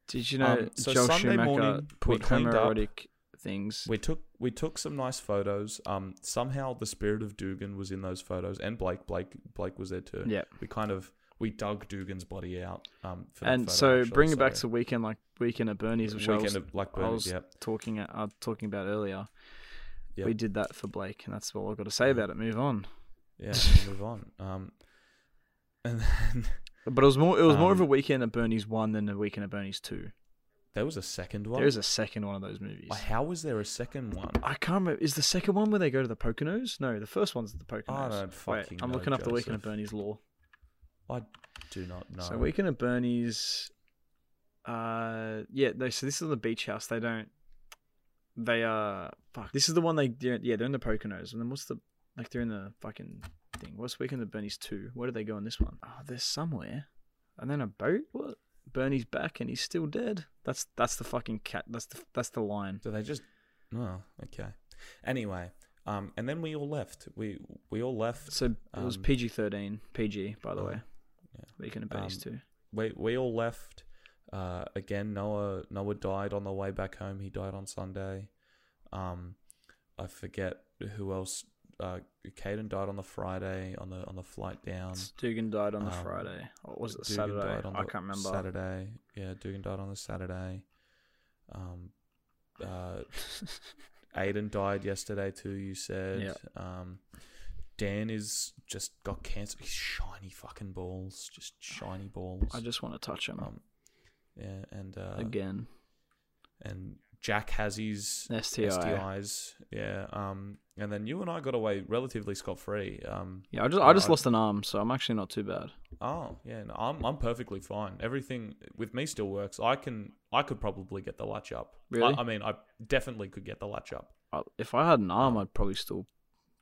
Speaker 3: Did you know
Speaker 2: Um, so
Speaker 3: Joel
Speaker 2: Sunday
Speaker 3: Schumacher
Speaker 2: morning, we
Speaker 3: put
Speaker 2: cleaned up.
Speaker 3: homoerotic things?
Speaker 2: We took we took some nice photos. Um, somehow the spirit of Dugan was in those photos, and Blake Blake Blake was there too.
Speaker 3: Yeah.
Speaker 2: we kind of we dug Dugan's body out. Um, for that
Speaker 3: And
Speaker 2: photo,
Speaker 3: so
Speaker 2: actually,
Speaker 3: bring it back
Speaker 2: so-
Speaker 3: to weekend like weekend at Bernie's, which I was
Speaker 2: weekend of like
Speaker 3: I
Speaker 2: Burgers.
Speaker 3: was-
Speaker 2: Yeah,
Speaker 3: talking at, uh, talking about earlier.
Speaker 2: Yep.
Speaker 3: We did that for Blake, and that's all I've got to say about it. Move on.
Speaker 2: yeah. we move on. Um, and then
Speaker 3: But it was more it was more of a
Speaker 2: Um,
Speaker 3: weekend at Bernie's one than a weekend at Bernie's two.
Speaker 2: there was a second one.
Speaker 3: There is a second one of those movies.
Speaker 2: Uh, How was there a second one?
Speaker 3: I can't remember. Is the second one where they go to the Poconos? No, the first one's the Poconos.
Speaker 2: I don't
Speaker 3: Wait,
Speaker 2: fucking
Speaker 3: I'm
Speaker 2: know,
Speaker 3: looking up the Weekend at
Speaker 2: Joseph.
Speaker 3: Bernie's law.
Speaker 2: I do not know.
Speaker 3: So Weekend at Bernie's, uh, yeah, no. So this is the beach house. They don't. They are fuck. This is the one they they're, yeah they're in the Poconos and then what's the like they're in the fucking thing. What's Weekend at Bernie's two? Where do they go in this one? Oh, they're somewhere, and then a boat. What? Bernie's back and he's still dead. That's that's the fucking cat. That's the that's the line.
Speaker 2: So they just oh, okay. Anyway, um, and then we all left. We we all left.
Speaker 3: So it was
Speaker 2: Um,
Speaker 3: PG thirteen. PG by the
Speaker 2: oh,
Speaker 3: way.
Speaker 2: yeah.
Speaker 3: Weekend at Bernie's
Speaker 2: Um,
Speaker 3: two.
Speaker 2: We we all left. Uh, again, Noah Noah died on the way back home. He died on Sunday. Um, I forget who else. Uh, Caden died on the Friday on the on the flight down.
Speaker 3: Dugan died on the
Speaker 2: um,
Speaker 3: Friday. Or was it
Speaker 2: Dugan
Speaker 3: Saturday?
Speaker 2: died on
Speaker 3: I
Speaker 2: the
Speaker 3: can't remember.
Speaker 2: Saturday. Yeah, Dugan died on the Saturday. Um, uh, Aiden died yesterday too. You said.
Speaker 3: Yeah.
Speaker 2: Um, Dan is just got cancer. He's shiny fucking balls, just shiny balls.
Speaker 3: I just want to touch him
Speaker 2: um, yeah, and uh,
Speaker 3: again.
Speaker 2: and Jack has his
Speaker 3: STI.
Speaker 2: STIs. Yeah. Um, and then you and I got away relatively scot free. Um,
Speaker 3: Yeah, I just I just lost an arm, so I'm actually not too bad.
Speaker 2: oh yeah, no, I'm I'm perfectly fine. Everything with me still works. I can I could probably get the latch up. I-
Speaker 3: Really?
Speaker 2: I, mean, I definitely could get the latch up.
Speaker 3: I, if I had an arm, I'd probably still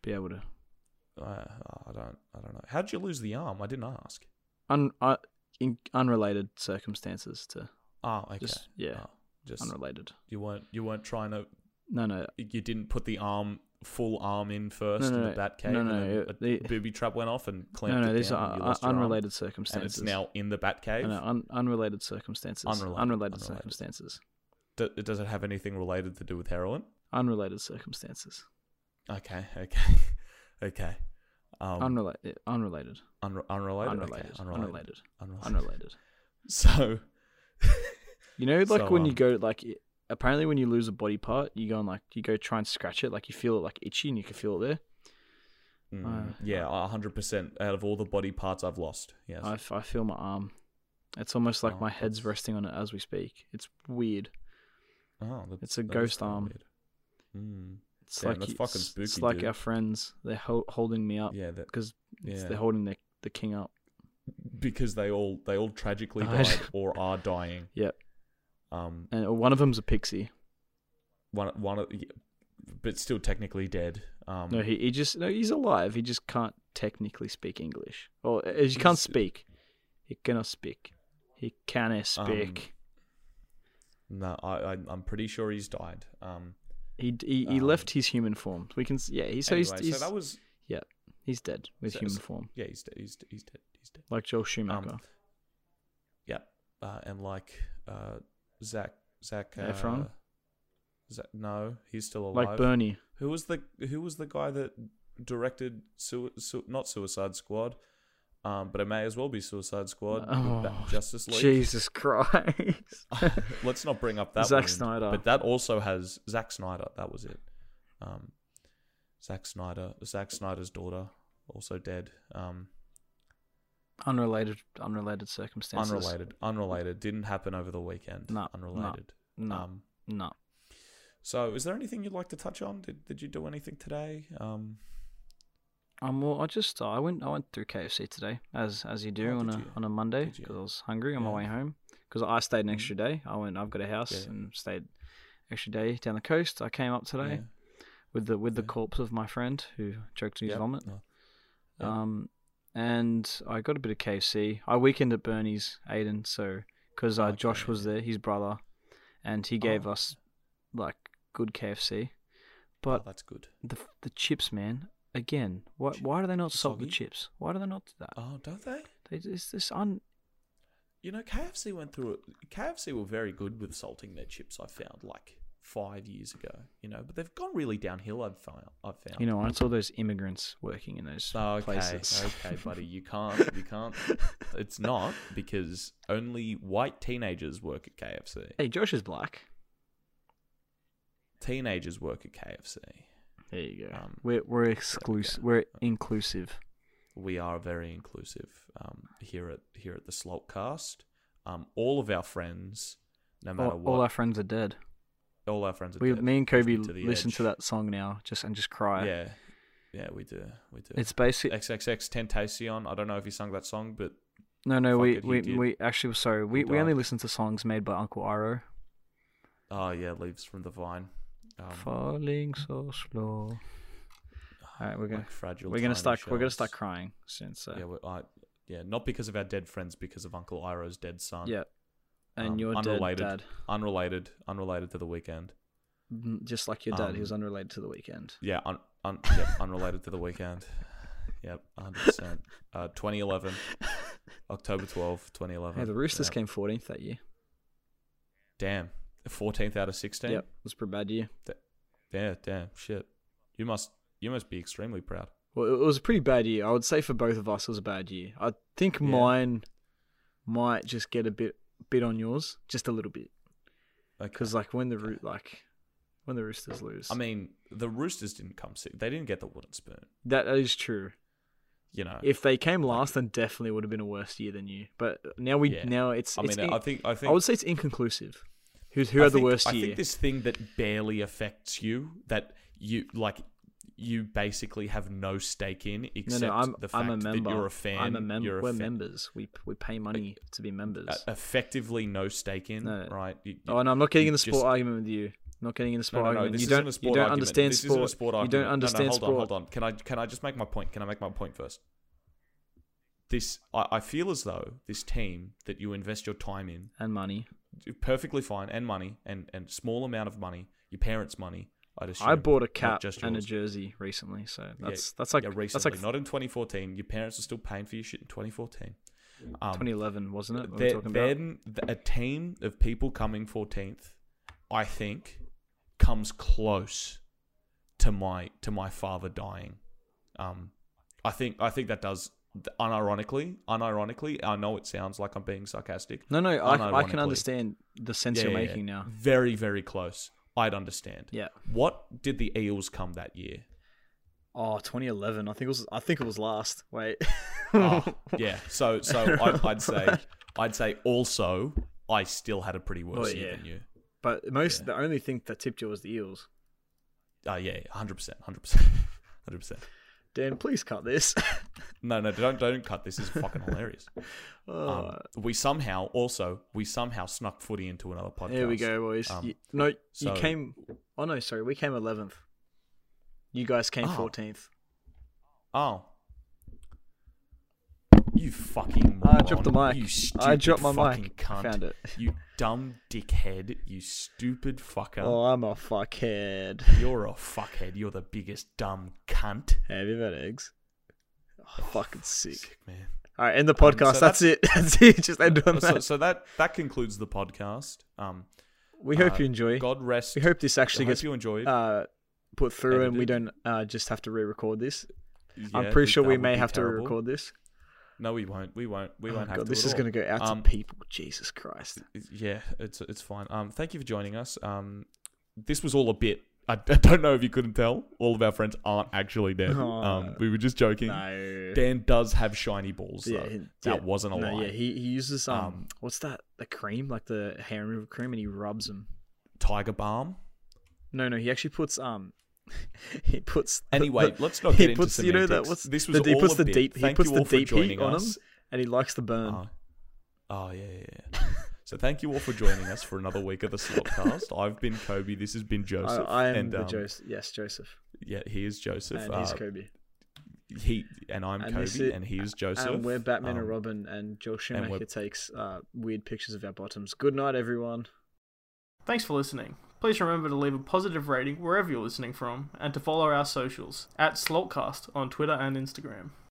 Speaker 3: be able to.
Speaker 2: Uh, I don't I don't know. How'd you lose the arm? I didn't ask.
Speaker 3: Un, I, in unrelated circumstances to
Speaker 2: Oh, okay.
Speaker 3: just yeah,
Speaker 2: Oh, just
Speaker 3: unrelated.
Speaker 2: you weren't you weren't trying to
Speaker 3: No, no,
Speaker 2: you didn't put the arm full arm in first
Speaker 3: No, no,
Speaker 2: and
Speaker 3: no.
Speaker 2: the bat cave
Speaker 3: No,
Speaker 2: and
Speaker 3: no,
Speaker 2: then
Speaker 3: it-
Speaker 2: a
Speaker 3: the-
Speaker 2: booby trap went off and
Speaker 3: no,
Speaker 2: clamped
Speaker 3: no.
Speaker 2: it
Speaker 3: These
Speaker 2: down
Speaker 3: are
Speaker 2: and you
Speaker 3: un-
Speaker 2: lost your arm,
Speaker 3: unrelated
Speaker 2: and
Speaker 3: circumstances.
Speaker 2: it's now in the bat cave
Speaker 3: No, no, un, unrelated circumstances.
Speaker 2: Unrelated,
Speaker 3: unrelated
Speaker 2: unrelated.
Speaker 3: circumstances.
Speaker 2: Do- it doesn't have anything related to do with heroin
Speaker 3: Unrelated circumstances.
Speaker 2: okay okay okay um
Speaker 3: Unrelated. eh, Unrelated.
Speaker 2: unre- unrelated? Okay,
Speaker 3: Unrelated. Unrelated.
Speaker 2: unrelated
Speaker 3: Unrelated.
Speaker 2: so
Speaker 3: You know, like
Speaker 2: So,
Speaker 3: when you
Speaker 2: um,
Speaker 3: go like i- apparently when you lose a body part, you go and like you go try and scratch it, like you feel it like itchy and you can feel it there.
Speaker 2: mm,
Speaker 3: Uh,
Speaker 2: yeah 100% out of all the body parts i've lost yes
Speaker 3: I, f- I feel my arm. It's almost like
Speaker 2: Oh,
Speaker 3: my head's
Speaker 2: that's-
Speaker 3: resting on it as we speak. It's weird.
Speaker 2: oh that-
Speaker 3: It's a
Speaker 2: that is
Speaker 3: ghost
Speaker 2: kinda
Speaker 3: arm.
Speaker 2: weird. Mm,
Speaker 3: It's
Speaker 2: Damn,
Speaker 3: like
Speaker 2: that's
Speaker 3: you-
Speaker 2: fucking
Speaker 3: it's- It's
Speaker 2: spooky,
Speaker 3: like
Speaker 2: dude.
Speaker 3: our friends. They're ho- holding me up
Speaker 2: yeah that
Speaker 3: because
Speaker 2: yeah
Speaker 3: they're holding the the king up.
Speaker 2: because they all they all tragically
Speaker 3: Died.
Speaker 2: died or are dying
Speaker 3: Yep.
Speaker 2: um
Speaker 3: And uh, one of them's a pixie.
Speaker 2: one one of yeah, but still technically dead. Um,
Speaker 3: No, he, he just no, he's alive. He just can't technically speak English. Or uh, he can't
Speaker 2: He's-
Speaker 3: speak. He cannot speak. He
Speaker 2: Um,
Speaker 3: cannot speak.
Speaker 2: no, I, I I'm pretty sure he's died. Um,
Speaker 3: He he, he
Speaker 2: Um,
Speaker 3: left his human form. We can s- yeah. He, so
Speaker 2: anyway,
Speaker 3: he's, he's
Speaker 2: so that was
Speaker 3: yeah. He's dead with
Speaker 2: so-
Speaker 3: human
Speaker 2: so-
Speaker 3: form,
Speaker 2: yeah, he's dead. He's, dead, he's dead. He's dead.
Speaker 3: like Joel Schumacher.
Speaker 2: Um, Yeah, uh, and like uh, Zach Zach uh,
Speaker 3: Efron?
Speaker 2: Zach, no, he's still alive.
Speaker 3: like Bernie.
Speaker 2: Who was the Who was the guy that directed sui- su- not Suicide Squad, um, but it may as well be Suicide Squad. with Ba-
Speaker 3: Oh,
Speaker 2: Justice League.
Speaker 3: Jesus Christ.
Speaker 2: Let's not bring up that.
Speaker 3: Zack
Speaker 2: wound,
Speaker 3: Snyder.
Speaker 2: But that also has Zack Snyder. That was it. Um, Zack Snyder. Zack Snyder's daughter also dead. Um,
Speaker 3: unrelated, unrelated circumstances.
Speaker 2: unrelated. Unrelated. Didn't happen over the weekend.
Speaker 3: No, no,
Speaker 2: unrelated.
Speaker 3: No,
Speaker 2: Um,
Speaker 3: no.
Speaker 2: so, is there anything you'd like to touch on? Did Did you do anything today? Um,
Speaker 3: Um, well, I just uh, I went I went through KFC today as as you do
Speaker 2: Oh,
Speaker 3: on
Speaker 2: did
Speaker 3: a
Speaker 2: you?
Speaker 3: on a Monday
Speaker 2: Did you?
Speaker 3: because I was hungry on my
Speaker 2: Yeah. Mm-hmm.
Speaker 3: way home because I stayed an extra day. I went. I've got a house
Speaker 2: Yeah.
Speaker 3: and stayed extra day down the coast. I came up today
Speaker 2: yeah.
Speaker 3: with the with the
Speaker 2: Yeah.
Speaker 3: corpse of my friend who choked on his
Speaker 2: Yep.
Speaker 3: vomit.
Speaker 2: No. Yep.
Speaker 3: Um, and I got a bit of KFC. I weekend at Bernie's, Aiden. So because uh,
Speaker 2: Okay,
Speaker 3: Josh
Speaker 2: yeah,
Speaker 3: was there, his brother, and he gave
Speaker 2: Oh.
Speaker 3: us like good KFC.
Speaker 2: Oh,
Speaker 3: But
Speaker 2: that's good.
Speaker 3: the f- the chips, man. Again, why
Speaker 2: Chip-
Speaker 3: why do they not salt the
Speaker 2: soggy?
Speaker 3: chips? Why do they not do that?
Speaker 2: Oh, don't they?
Speaker 3: They it's this un.
Speaker 2: You know, KFC went through it. KFC were very good with salting their chips. I found like five years ago. You know, but they've gone really downhill. I've found. I've found.
Speaker 3: You know, what, it's all those immigrants working in those
Speaker 2: Oh, okay,
Speaker 3: places.
Speaker 2: okay, buddy, you can't, you can't. It's not because only white teenagers work at KFC.
Speaker 3: Hey, Josh is black.
Speaker 2: Teenagers work at KFC.
Speaker 3: There you go.
Speaker 2: Um,
Speaker 3: we're we're exclusive. We're inclusive.
Speaker 2: We are very inclusive um, here at here at the Slotcast. Um, all of our friends, no matter
Speaker 3: All,
Speaker 2: what,
Speaker 3: all our friends are dead.
Speaker 2: all our friends are
Speaker 3: We,
Speaker 2: dead.
Speaker 3: me and
Speaker 2: Pushed
Speaker 3: Kobe
Speaker 2: me the
Speaker 3: listen to
Speaker 2: edge.
Speaker 3: that song now, just and just cry.
Speaker 2: Yeah, yeah, we do, we do.
Speaker 3: It's basically
Speaker 2: XXX Tentacion. I don't know if he sung that song, but
Speaker 3: no, no.
Speaker 2: fuck
Speaker 3: We
Speaker 2: it, he
Speaker 3: we,
Speaker 2: did.
Speaker 3: we actually sorry. We, we
Speaker 2: died.
Speaker 3: only listen to songs made by Uncle Iroh.
Speaker 2: oh yeah, Leaves from the Vine. Um,
Speaker 3: Falling so slow. All right, we're gonna
Speaker 2: like fragile.
Speaker 3: we're gonna
Speaker 2: Tiny
Speaker 3: start we're gonna
Speaker 2: Shells.
Speaker 3: start crying soon. So
Speaker 2: Yeah, we, I, yeah, not because of our dead friends, because of Uncle Iroh's dead son.
Speaker 3: Yeah. And
Speaker 2: Um,
Speaker 3: your dead
Speaker 2: unrelated.
Speaker 3: dad,
Speaker 2: unrelated, unrelated to the weekend.
Speaker 3: Mm, just like your dad, he was
Speaker 2: Um,
Speaker 3: unrelated to the weekend.
Speaker 2: Yeah, un, un, yep, unrelated to the weekend. Yep, hundred percent. Uh, twenty eleven, October 12, 2011.
Speaker 3: Hey, the Roosters
Speaker 2: Yep.
Speaker 3: came 14th that year.
Speaker 2: Damn, fourteenth out of sixteen.
Speaker 3: Yep, it was a pretty bad year.
Speaker 2: Yeah, damn, shit. You must, you must be extremely proud.
Speaker 3: Well, it was a pretty bad year. I would say for both of us, it was a bad year. I think
Speaker 2: Yeah.
Speaker 3: mine might just get a bit bit on yours, just a little bit,
Speaker 2: Okay.
Speaker 3: because like when the root like when the Roosters lose,
Speaker 2: I mean, the Roosters didn't come. See, they didn't get the wooden spoon.
Speaker 3: that is true.
Speaker 2: You know.
Speaker 3: If they came last, then definitely would have been a worse year than you. But now we
Speaker 2: Yeah.
Speaker 3: now it's,
Speaker 2: I mean,
Speaker 3: it's in-
Speaker 2: I think, I
Speaker 3: I,
Speaker 2: think
Speaker 3: would say it's inconclusive. Who's who
Speaker 2: I
Speaker 3: had the
Speaker 2: think-
Speaker 3: worst
Speaker 2: I
Speaker 3: year?
Speaker 2: think this thing that barely affects you, that you like, you basically have no stake in,
Speaker 3: no,
Speaker 2: except
Speaker 3: no, I'm
Speaker 2: the fact
Speaker 3: I'm a member.
Speaker 2: that you're a fan.
Speaker 3: I'm a member.
Speaker 2: You're a
Speaker 3: We're
Speaker 2: fan-
Speaker 3: members. We we pay money to be members.
Speaker 2: uh, effectively no stake in,
Speaker 3: No, no.
Speaker 2: right? You- you-
Speaker 3: oh no, I'm not getting in the
Speaker 2: just-
Speaker 3: sport argument with you. I'm not getting in the sport
Speaker 2: no, no, no,
Speaker 3: argument.
Speaker 2: this
Speaker 3: you
Speaker 2: isn't
Speaker 3: don't.
Speaker 2: a sport
Speaker 3: you don't
Speaker 2: argument.
Speaker 3: understand
Speaker 2: this
Speaker 3: sport.
Speaker 2: Isn't a sport
Speaker 3: you
Speaker 2: argument.
Speaker 3: don't
Speaker 2: No, no,
Speaker 3: understand
Speaker 2: hold
Speaker 3: sport.
Speaker 2: On, hold on. Can I can I just make my point? Can I make my point first? This I, I feel as though this team that you invest your time in,
Speaker 3: And money.
Speaker 2: perfectly fine, and money, and and small amount of money, your parents' money. I'd assume.
Speaker 3: I bought a
Speaker 2: not
Speaker 3: cap
Speaker 2: just
Speaker 3: and a
Speaker 2: yours.
Speaker 3: jersey recently, so
Speaker 2: Yeah,
Speaker 3: that's that's like
Speaker 2: yeah, recently,
Speaker 3: that's like
Speaker 2: not in 2014. Your parents are still paying for your shit in 2014.
Speaker 3: Mm,
Speaker 2: Um,
Speaker 3: 2011, wasn't it? what we were
Speaker 2: there,
Speaker 3: talking about?
Speaker 2: then th- a team of people coming 14th, I think, comes close to my to my father dying. Um, I think I think that does th- unironically, unironically. I know it sounds like I'm being sarcastic.
Speaker 3: No, no, I, I can
Speaker 2: Unironically.
Speaker 3: understand the sense
Speaker 2: Yeah,
Speaker 3: you're
Speaker 2: yeah, yeah.
Speaker 3: making now.
Speaker 2: Very very close. I'd understand.
Speaker 3: Yeah.
Speaker 2: What did the Eels come that year?
Speaker 3: Oh, 2011. I think it was. I think it was last. Wait.
Speaker 2: Ah, yeah. So so I, I'd say I'd say also I still had a pretty worse
Speaker 3: Well,
Speaker 2: year
Speaker 3: Oh, yeah.
Speaker 2: than you.
Speaker 3: But most the only thing that tipped you was the eels.
Speaker 2: Oh yeah, hundred percent, hundred percent, hundred percent.
Speaker 3: Dan, please cut this.
Speaker 2: No, no, don't don't cut. This is fucking hilarious.
Speaker 3: oh,
Speaker 2: Um, we somehow also we somehow snuck footy into another podcast.
Speaker 3: here we go, boys.
Speaker 2: um,
Speaker 3: You- no,
Speaker 2: so-
Speaker 3: you came. Oh no, sorry, we came 11th. You guys came
Speaker 2: Oh.
Speaker 3: 14th.
Speaker 2: Oh, you fucking!
Speaker 3: I dropped the
Speaker 2: moron.
Speaker 3: mic.
Speaker 2: You stupid
Speaker 3: I dropped my
Speaker 2: fucking
Speaker 3: mic.
Speaker 2: Cunt.
Speaker 3: Found it.
Speaker 2: You dumb dickhead. You stupid fucker.
Speaker 3: Oh, I'm a fuckhead.
Speaker 2: You're a fuckhead. You're the biggest dumb cunt.
Speaker 3: Have you had eggs? Oh, fucking sick.
Speaker 2: Sick man.
Speaker 3: All right, end the podcast.
Speaker 2: so
Speaker 3: that's,
Speaker 2: that's-
Speaker 3: it. That's it. Just end on
Speaker 2: So,
Speaker 3: that.
Speaker 2: so that that concludes the podcast. Um,
Speaker 3: We hope
Speaker 2: uh,
Speaker 3: you enjoy.
Speaker 2: God rest.
Speaker 3: We hope this actually
Speaker 2: I hope
Speaker 3: gets
Speaker 2: you enjoyed.
Speaker 3: uh, put through, and we don't
Speaker 2: Edited.
Speaker 3: uh, just have to re-record this.
Speaker 2: Yeah,
Speaker 3: I'm pretty sure
Speaker 2: that
Speaker 3: we
Speaker 2: would
Speaker 3: may
Speaker 2: be
Speaker 3: have to
Speaker 2: terrible.
Speaker 3: re-record this.
Speaker 2: No, we won't. We won't. We
Speaker 3: Oh
Speaker 2: won't have
Speaker 3: God,
Speaker 2: to.
Speaker 3: this
Speaker 2: at
Speaker 3: is
Speaker 2: all.
Speaker 3: going to go out
Speaker 2: Um,
Speaker 3: to people. Jesus Christ!
Speaker 2: Yeah, it's it's fine. Um, thank you for joining us. Um, this was all a bit. I, I don't know if you couldn't tell. All of our friends aren't actually dead.
Speaker 3: Aw.
Speaker 2: Um, we were just joking.
Speaker 3: Oh, No.
Speaker 2: Dan does have shiny balls.
Speaker 3: Yeah,
Speaker 2: though.
Speaker 3: he-
Speaker 2: that
Speaker 3: yeah.
Speaker 2: wasn't a
Speaker 3: No,
Speaker 2: lie.
Speaker 3: yeah, he, he uses um,
Speaker 2: Um,
Speaker 3: what's that? The cream, like the hair removal cream, and he rubs them.
Speaker 2: Tiger balm.
Speaker 3: No, no, he actually puts um, he puts the-
Speaker 2: Anyway,
Speaker 3: the-
Speaker 2: let's not
Speaker 3: he
Speaker 2: get into
Speaker 3: puts you know that
Speaker 2: semantics.
Speaker 3: what's
Speaker 2: This
Speaker 3: the-
Speaker 2: was
Speaker 3: he
Speaker 2: all
Speaker 3: puts
Speaker 2: a
Speaker 3: the
Speaker 2: bit.
Speaker 3: deep he
Speaker 2: Thank
Speaker 3: puts
Speaker 2: you
Speaker 3: the
Speaker 2: all for
Speaker 3: deep heat
Speaker 2: joining
Speaker 3: on him,
Speaker 2: us.
Speaker 3: and he likes the burn.
Speaker 2: Oh, oh yeah, yeah. yeah. so thank you all for joining us for another week of the Slopcast. I've been Kobe. This has been
Speaker 3: I,
Speaker 2: Joseph.
Speaker 3: I am
Speaker 2: and,
Speaker 3: the
Speaker 2: um,
Speaker 3: Joseph. Yes, Joseph,
Speaker 2: Yeah, he is Joseph.
Speaker 3: and he's
Speaker 2: Uh,
Speaker 3: Kobe.
Speaker 2: he and I'm
Speaker 3: And
Speaker 2: Kobe,
Speaker 3: this is-
Speaker 2: and he is Joseph.
Speaker 3: And we're Batman
Speaker 2: Um,
Speaker 3: and Robin, and Joel
Speaker 2: and
Speaker 3: Schumacher
Speaker 2: we're-
Speaker 3: takes uh, weird pictures of our bottoms. Good night, everyone.
Speaker 1: Thanks for listening. Please remember to leave a positive rating wherever you're listening from and to follow our socials at Slotcast on Twitter and Instagram.